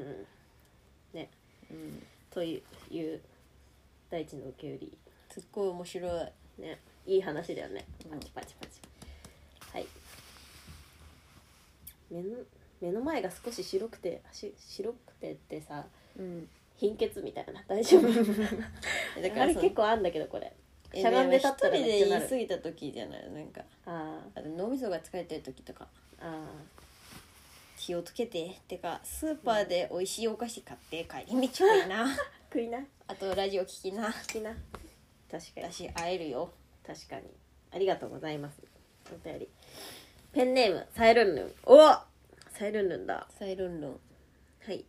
Speaker 3: うん
Speaker 2: うん
Speaker 3: といういう第一の受け売り
Speaker 2: すっごい面白い
Speaker 3: ねいい話だよね
Speaker 2: うん
Speaker 3: パチパチパチ、はい目の目の前が少し白くてし白くてってさ
Speaker 2: うん
Speaker 3: 貧血みたいな大丈 夫
Speaker 2: だか
Speaker 3: あ
Speaker 2: ら
Speaker 3: れ
Speaker 2: そ
Speaker 3: 結構あんだけどこれ
Speaker 2: え
Speaker 3: しゃがんで立ったら
Speaker 2: 一人
Speaker 3: めっち
Speaker 2: で
Speaker 3: ゃ
Speaker 2: 言
Speaker 3: なる
Speaker 2: い過ぎた時じゃないなんか
Speaker 3: あ
Speaker 2: あと脳みそが疲れてる時とか
Speaker 3: ーあ
Speaker 2: 気をつけててかスーパーで美味しいお菓子買って帰り道がいい な
Speaker 3: ー食いな
Speaker 2: あとラジオ聞きな
Speaker 3: 好きな確かに
Speaker 2: 私会えるよ
Speaker 3: 確かにありがとうございますお便りペンネームサイルンルンおサイルンルンだ
Speaker 2: サイルンルン
Speaker 3: はい。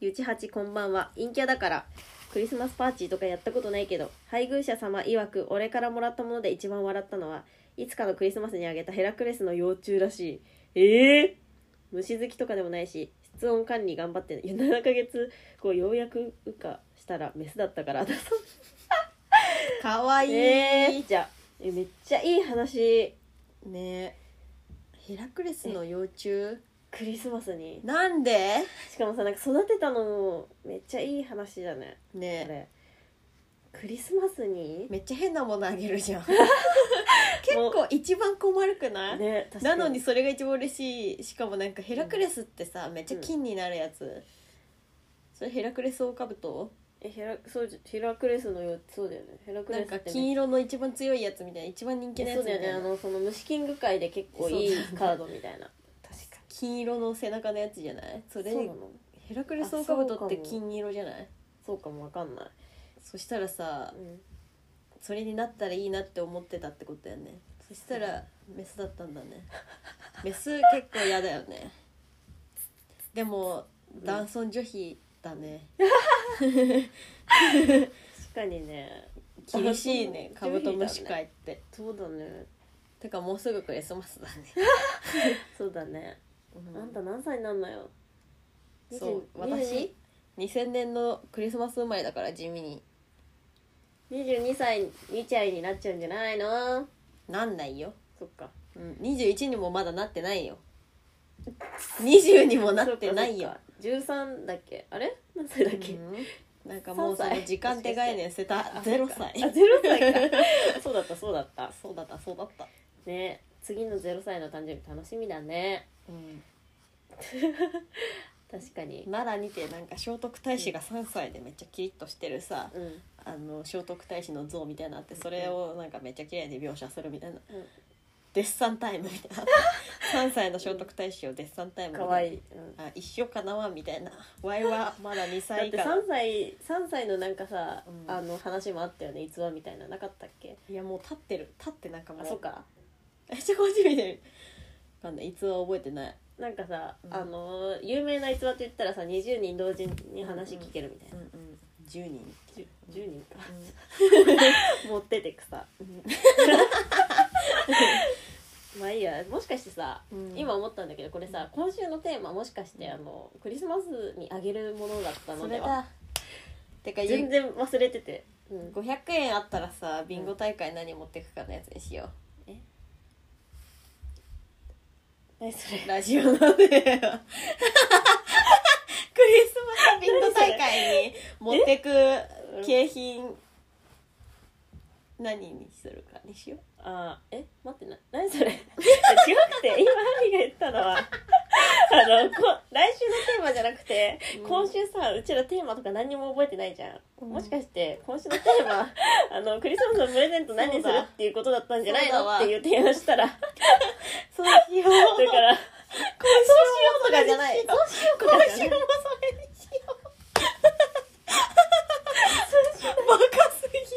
Speaker 3: ゆちはちこんばんは。陰キャだから。クリスマスパーティーとかやったことないけど、配偶者様曰く、俺からもらったもので一番笑ったのは、いつかのクリスマスにあげたヘラクレスの幼虫らしい。ええ虫好きとかでもないし、室温管理頑張って、いや7ヶ月後、ようやく羽化したらメスだったから、だそう
Speaker 2: かわいい、
Speaker 3: えーじゃあえめっちゃいい話。
Speaker 2: ねヘラクレスの幼虫
Speaker 3: クリスマスに。
Speaker 2: なんで
Speaker 3: しかもさ、なんか育てたのも、めっちゃいい話だね。こ
Speaker 2: ね
Speaker 3: れ。クリスマスに
Speaker 2: めっちゃ変なものあげる じゃん結構一番困るくない、
Speaker 3: ね、確か
Speaker 2: なのにそれが一番嬉しいしかもなんかヘラクレスってさ、めっちゃ金になるやつ、それヘラクレスオオカブト
Speaker 3: えヘラそうじヘラクレスのよそうだよねヘラク
Speaker 2: な
Speaker 3: レ
Speaker 2: ん
Speaker 3: ス
Speaker 2: か
Speaker 3: って
Speaker 2: 金
Speaker 3: ね
Speaker 2: 色の一番強いやつみたいな一番人気のやつ
Speaker 3: そう
Speaker 2: みた
Speaker 3: だ
Speaker 2: い
Speaker 3: よねあ
Speaker 2: な
Speaker 3: のその虫キング界で結構いいカードみたいな確か
Speaker 2: 金色の背中のやつじゃないそ
Speaker 3: そ
Speaker 2: れ
Speaker 3: うなの
Speaker 2: ヘラクレスオオカブトって
Speaker 3: あそうかも
Speaker 2: 金色じゃない
Speaker 3: そうかもわかんない、
Speaker 2: そしたらさ
Speaker 3: うん、
Speaker 2: それになったらいいなって思ってたってことだよねそしたらメスだったんだねメス結構嫌だよねでも男尊女卑だね、
Speaker 3: 確かにね
Speaker 2: 厳しいね
Speaker 3: あ
Speaker 2: カ
Speaker 3: そう
Speaker 2: ブトムシ界って、
Speaker 3: そうだね
Speaker 2: てかもうすぐクリスマスだね、
Speaker 3: そうだね、
Speaker 2: うん
Speaker 3: あんた何歳になんのよ
Speaker 2: そう
Speaker 3: 20
Speaker 2: 私2000年のクリスマス生まれだから地味に
Speaker 3: 22歳2歳になっちゃうんじゃないの
Speaker 2: なんないよ、
Speaker 3: そっか
Speaker 2: うん、21にもまだなってないよ20にもなってないよ
Speaker 3: そっかそっか13だっけあれ何歳だっけ、
Speaker 2: うんなんかもうその
Speaker 3: 3歳
Speaker 2: 時間って概念捨てた
Speaker 3: あ
Speaker 2: ゼロ
Speaker 3: そっ
Speaker 2: 歳
Speaker 3: かあゼロ歳か そうだったそうだった
Speaker 2: そうだったそうだった
Speaker 3: ね次の0歳の誕生日楽しみだね確かに
Speaker 2: 奈良にてなんか聖徳太子が3歳でめっちゃキリッとしてるさ
Speaker 3: うん、
Speaker 2: あの聖徳太子の像みたいなのあってそれをなんかめっちゃ綺麗に描写するみたいな
Speaker 3: うん
Speaker 2: デッサンタイムみたい な3歳の聖徳太子をデッサンタイムみた
Speaker 3: かわ
Speaker 2: ない
Speaker 3: い、うん、
Speaker 2: あ一生かなわんみたいなわいはまだ2
Speaker 3: だ
Speaker 2: 歳
Speaker 3: っ
Speaker 2: 以
Speaker 3: て
Speaker 2: 下
Speaker 3: 3歳三歳のなんかさ、
Speaker 2: うん
Speaker 3: あの話もあったよね逸話みたいななかったっけ
Speaker 2: いやもう立ってる立ってなんかもう
Speaker 3: あそっか
Speaker 2: めっちゃこっち見てるわかんないいつは覚えてない
Speaker 3: なんかさ、
Speaker 2: うん
Speaker 3: あの有名な逸話って言ったらさ20人同時に話聞けるみたいな、
Speaker 2: うんうん10人
Speaker 3: 十十 10, 人か 持っててくさ まあいいやもしかしてさ、
Speaker 2: うん
Speaker 3: 今思ったんだけどこれさ今週のテーマもしかしてあのクリスマスにあげるものだったの
Speaker 2: そ
Speaker 3: で
Speaker 2: れ
Speaker 3: は
Speaker 2: だてか
Speaker 3: 全
Speaker 2: ゆ
Speaker 3: 然忘れてて、うん
Speaker 2: 500円あったらさビンゴ大会何持ってくかのやつにしよ
Speaker 3: 何それ
Speaker 2: うラジオなんでクリスマスビンゴ大会に持ってく景品何にするかにしよう
Speaker 3: あーえ待ってな何それ 違くて今アミが言ったのは あのこ来週のテーマじゃなくて、
Speaker 2: うん
Speaker 3: 今週さうちらテーマとか何にも覚えてないじゃん、
Speaker 2: うん
Speaker 3: もしかして今週のテーマ あのクリスマスのプレゼント何に
Speaker 2: そ
Speaker 3: す
Speaker 2: う
Speaker 3: る
Speaker 2: だ
Speaker 3: っていうことだったんじゃない
Speaker 2: そうだ
Speaker 3: の
Speaker 2: わ
Speaker 3: っていう提案したらだか
Speaker 2: そうしよう
Speaker 3: ら
Speaker 2: 今週も
Speaker 3: とかじゃない
Speaker 2: 今週も
Speaker 3: 今週もそれにしよう
Speaker 2: バカすぎ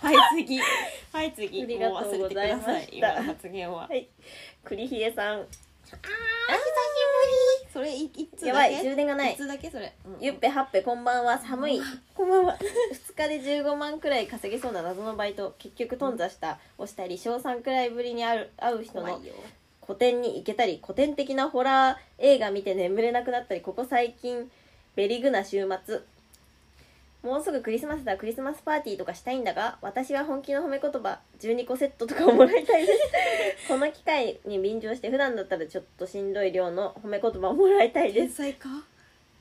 Speaker 2: はい次はい次
Speaker 3: ありがとうございました
Speaker 2: もう忘れてください今の発言は、
Speaker 3: はい栗ひえさん
Speaker 2: あ久しぶりそれいいつだけ
Speaker 3: やばい充電がない
Speaker 2: つだけそれ、うん
Speaker 3: ゆっぺはっぺこんばんは寒いこんばんは2日で15万くらい稼げそうな謎のバイト結局頓挫した押したり賞賛くらいぶりに会う会う人
Speaker 2: 怖
Speaker 3: の
Speaker 2: いよ
Speaker 3: 古典に行けたり古典的なホラー映画見て眠れなくなったりここ最近ベリグな週末もうすぐクリスマスだクリスマスパーティーとかしたいんだが私は本気の褒め言葉12個セットとかをもらいたい ですこの機会に便乗して普段だったらちょっとしんどい量の褒め言葉をもらいたいです
Speaker 2: 天、才か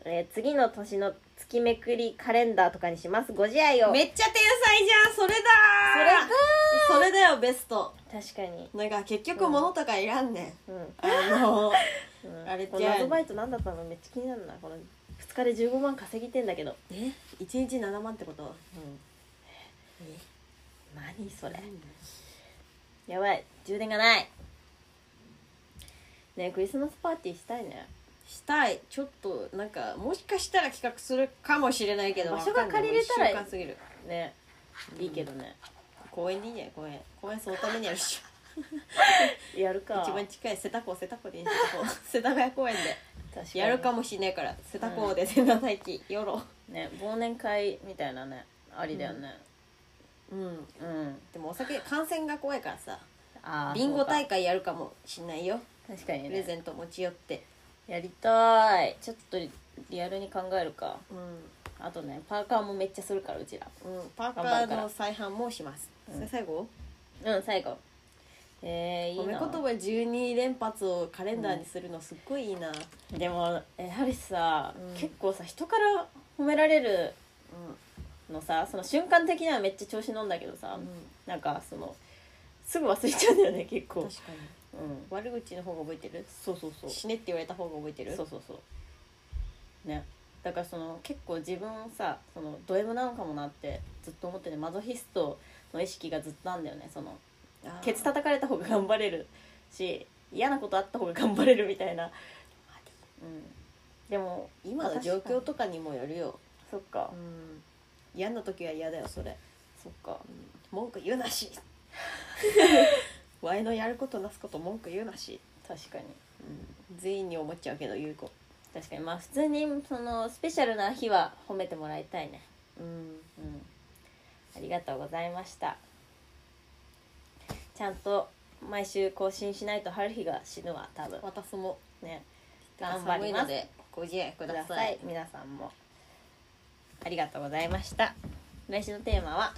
Speaker 3: えー次の年の月めくりカレンダーとかにしますご自愛を
Speaker 2: めっちゃ天才じゃんそれだ
Speaker 3: それ
Speaker 2: ーそれだよベスト
Speaker 3: 確かに
Speaker 2: なんか結局物とかいらんねん、
Speaker 3: うん
Speaker 2: あの
Speaker 3: うん
Speaker 2: あれ
Speaker 3: こ
Speaker 2: じ
Speaker 3: の
Speaker 2: ゃあ
Speaker 3: アルバイト何だったのめっちゃ気になるなこの2日で15万稼ぎてんだけど、
Speaker 2: え1日7万ってこと
Speaker 3: うん、何それやばい充電がないねえクリスマスパーティーしたいね
Speaker 2: したいちょっとなんかもしかしたら企画するかもしれないけど
Speaker 3: 場所が
Speaker 2: わかんない
Speaker 3: 借りれたら
Speaker 2: もう一週間過ぎる
Speaker 3: ねいいけどね、
Speaker 2: 公園でいいんじゃない公園公園そのためにあるっし
Speaker 3: やる
Speaker 2: ょ
Speaker 3: か
Speaker 2: 一番近い瀬田港瀬田港でいいんじゃない世田谷公園
Speaker 3: 確か
Speaker 2: で
Speaker 3: に
Speaker 2: やるかもしれないから瀬田港で瀬田大輝夜
Speaker 3: ね忘年会みたいなねありだよね
Speaker 2: うん
Speaker 3: うん、
Speaker 2: でもお酒感染が怖いからさ
Speaker 3: あー
Speaker 2: ビンゴ
Speaker 3: そう
Speaker 2: 大会やるかもしんないよ
Speaker 3: か確かに
Speaker 2: プレ
Speaker 3: ね
Speaker 2: ゼント持ち寄って
Speaker 3: やりたいちょっとリアルに考えるか
Speaker 2: う
Speaker 3: あとねパーカーもめっちゃするからうちら
Speaker 2: ん、うん、パーカ
Speaker 3: 頑張る
Speaker 2: ー
Speaker 3: から
Speaker 2: の再販もします、
Speaker 3: うん
Speaker 2: それ最後
Speaker 3: うん最後えー、いい
Speaker 2: 褒め言
Speaker 3: な
Speaker 2: 葉12連発をカレンダーにするのすっごいいいな、うん
Speaker 3: でもやはりさ、
Speaker 2: うん
Speaker 3: 結構さ人から褒められるのさその瞬間的にはめっちゃ調子乗んだけどさ、なんかそのすぐ忘れちゃうんだよね結構
Speaker 2: 確、かに
Speaker 3: うん、
Speaker 2: 悪口の方が覚えてる
Speaker 3: そうそうそう
Speaker 2: 死ねって言われた方が覚えてる
Speaker 3: そうそうそうねだからその結構自分さそのド M なのかもなってずっと思っててマゾヒストの意識がずっとあんだよねその
Speaker 2: あー
Speaker 3: ケツ叩かれた方が頑張れるし嫌なことあった方が頑張れるみたいな、うん、でも
Speaker 2: 今の状況とかにもよるよ、
Speaker 3: そっか
Speaker 2: うん、嫌な時は嫌だよそれ
Speaker 3: そっか
Speaker 2: 文句言うな しワイのやることなすこと文句言うなし、
Speaker 3: 確かに
Speaker 2: うん、全員に思っちゃうけど優子
Speaker 3: 確かにまあ普通にそのスペシャルな日は褒めてもらいたいね
Speaker 2: うん
Speaker 3: うんありがとうございましたちゃんと毎週更新しないと春日が死ぬわ多分
Speaker 2: 私も
Speaker 3: ね頑張り
Speaker 2: 寒い
Speaker 3: ます
Speaker 2: のでご自愛く
Speaker 3: く
Speaker 2: ださ
Speaker 3: だ
Speaker 2: い
Speaker 3: さい皆さんもありがとうございました来週のテーマは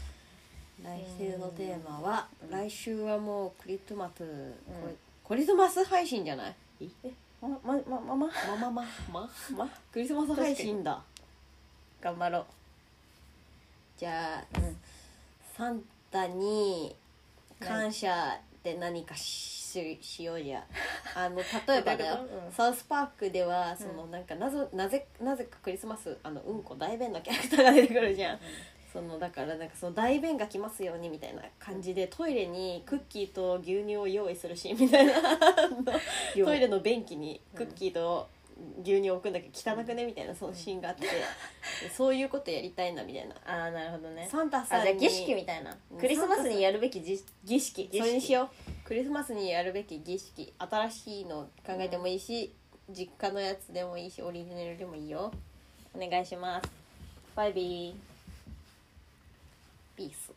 Speaker 2: 来週のテーマは、
Speaker 3: うん
Speaker 2: 来週はもうクリスマス、これクリスマス配信じゃない
Speaker 3: えままままま
Speaker 2: まままま
Speaker 3: ま
Speaker 2: クリスマス配信だ
Speaker 3: 頑張ろう
Speaker 2: じゃあ、
Speaker 3: うん
Speaker 2: サンタに感謝で何かししよう じゃあの例えばだよ
Speaker 3: どういうことうん
Speaker 2: サウスパークではそのなんかなぞなぜなぜかクリスマスあのうんこ大便のキャラクターが出てくるじゃんそのだからなんかその大便が来ますようにみたいな感じでトイレにクッキーと牛乳を用意するシーンみたいなあのトイレの便器にクッキーと牛乳を置くんだけど汚くねみたいなそのシーンがあってそういうことやりたいなみたいな
Speaker 3: ああなるほどね
Speaker 2: サンタ
Speaker 3: あ
Speaker 2: さん
Speaker 3: じゃあ
Speaker 2: に
Speaker 3: 儀式みたいな
Speaker 2: うん
Speaker 3: クリスマスにやるべき儀儀式
Speaker 2: それにしよ
Speaker 3: う
Speaker 2: うクリスマスにやるべき儀式新しいの考えてもいいし、実家のやつでもいいしオリジナルでもいいよ
Speaker 3: お願いしますバイビー
Speaker 2: ピース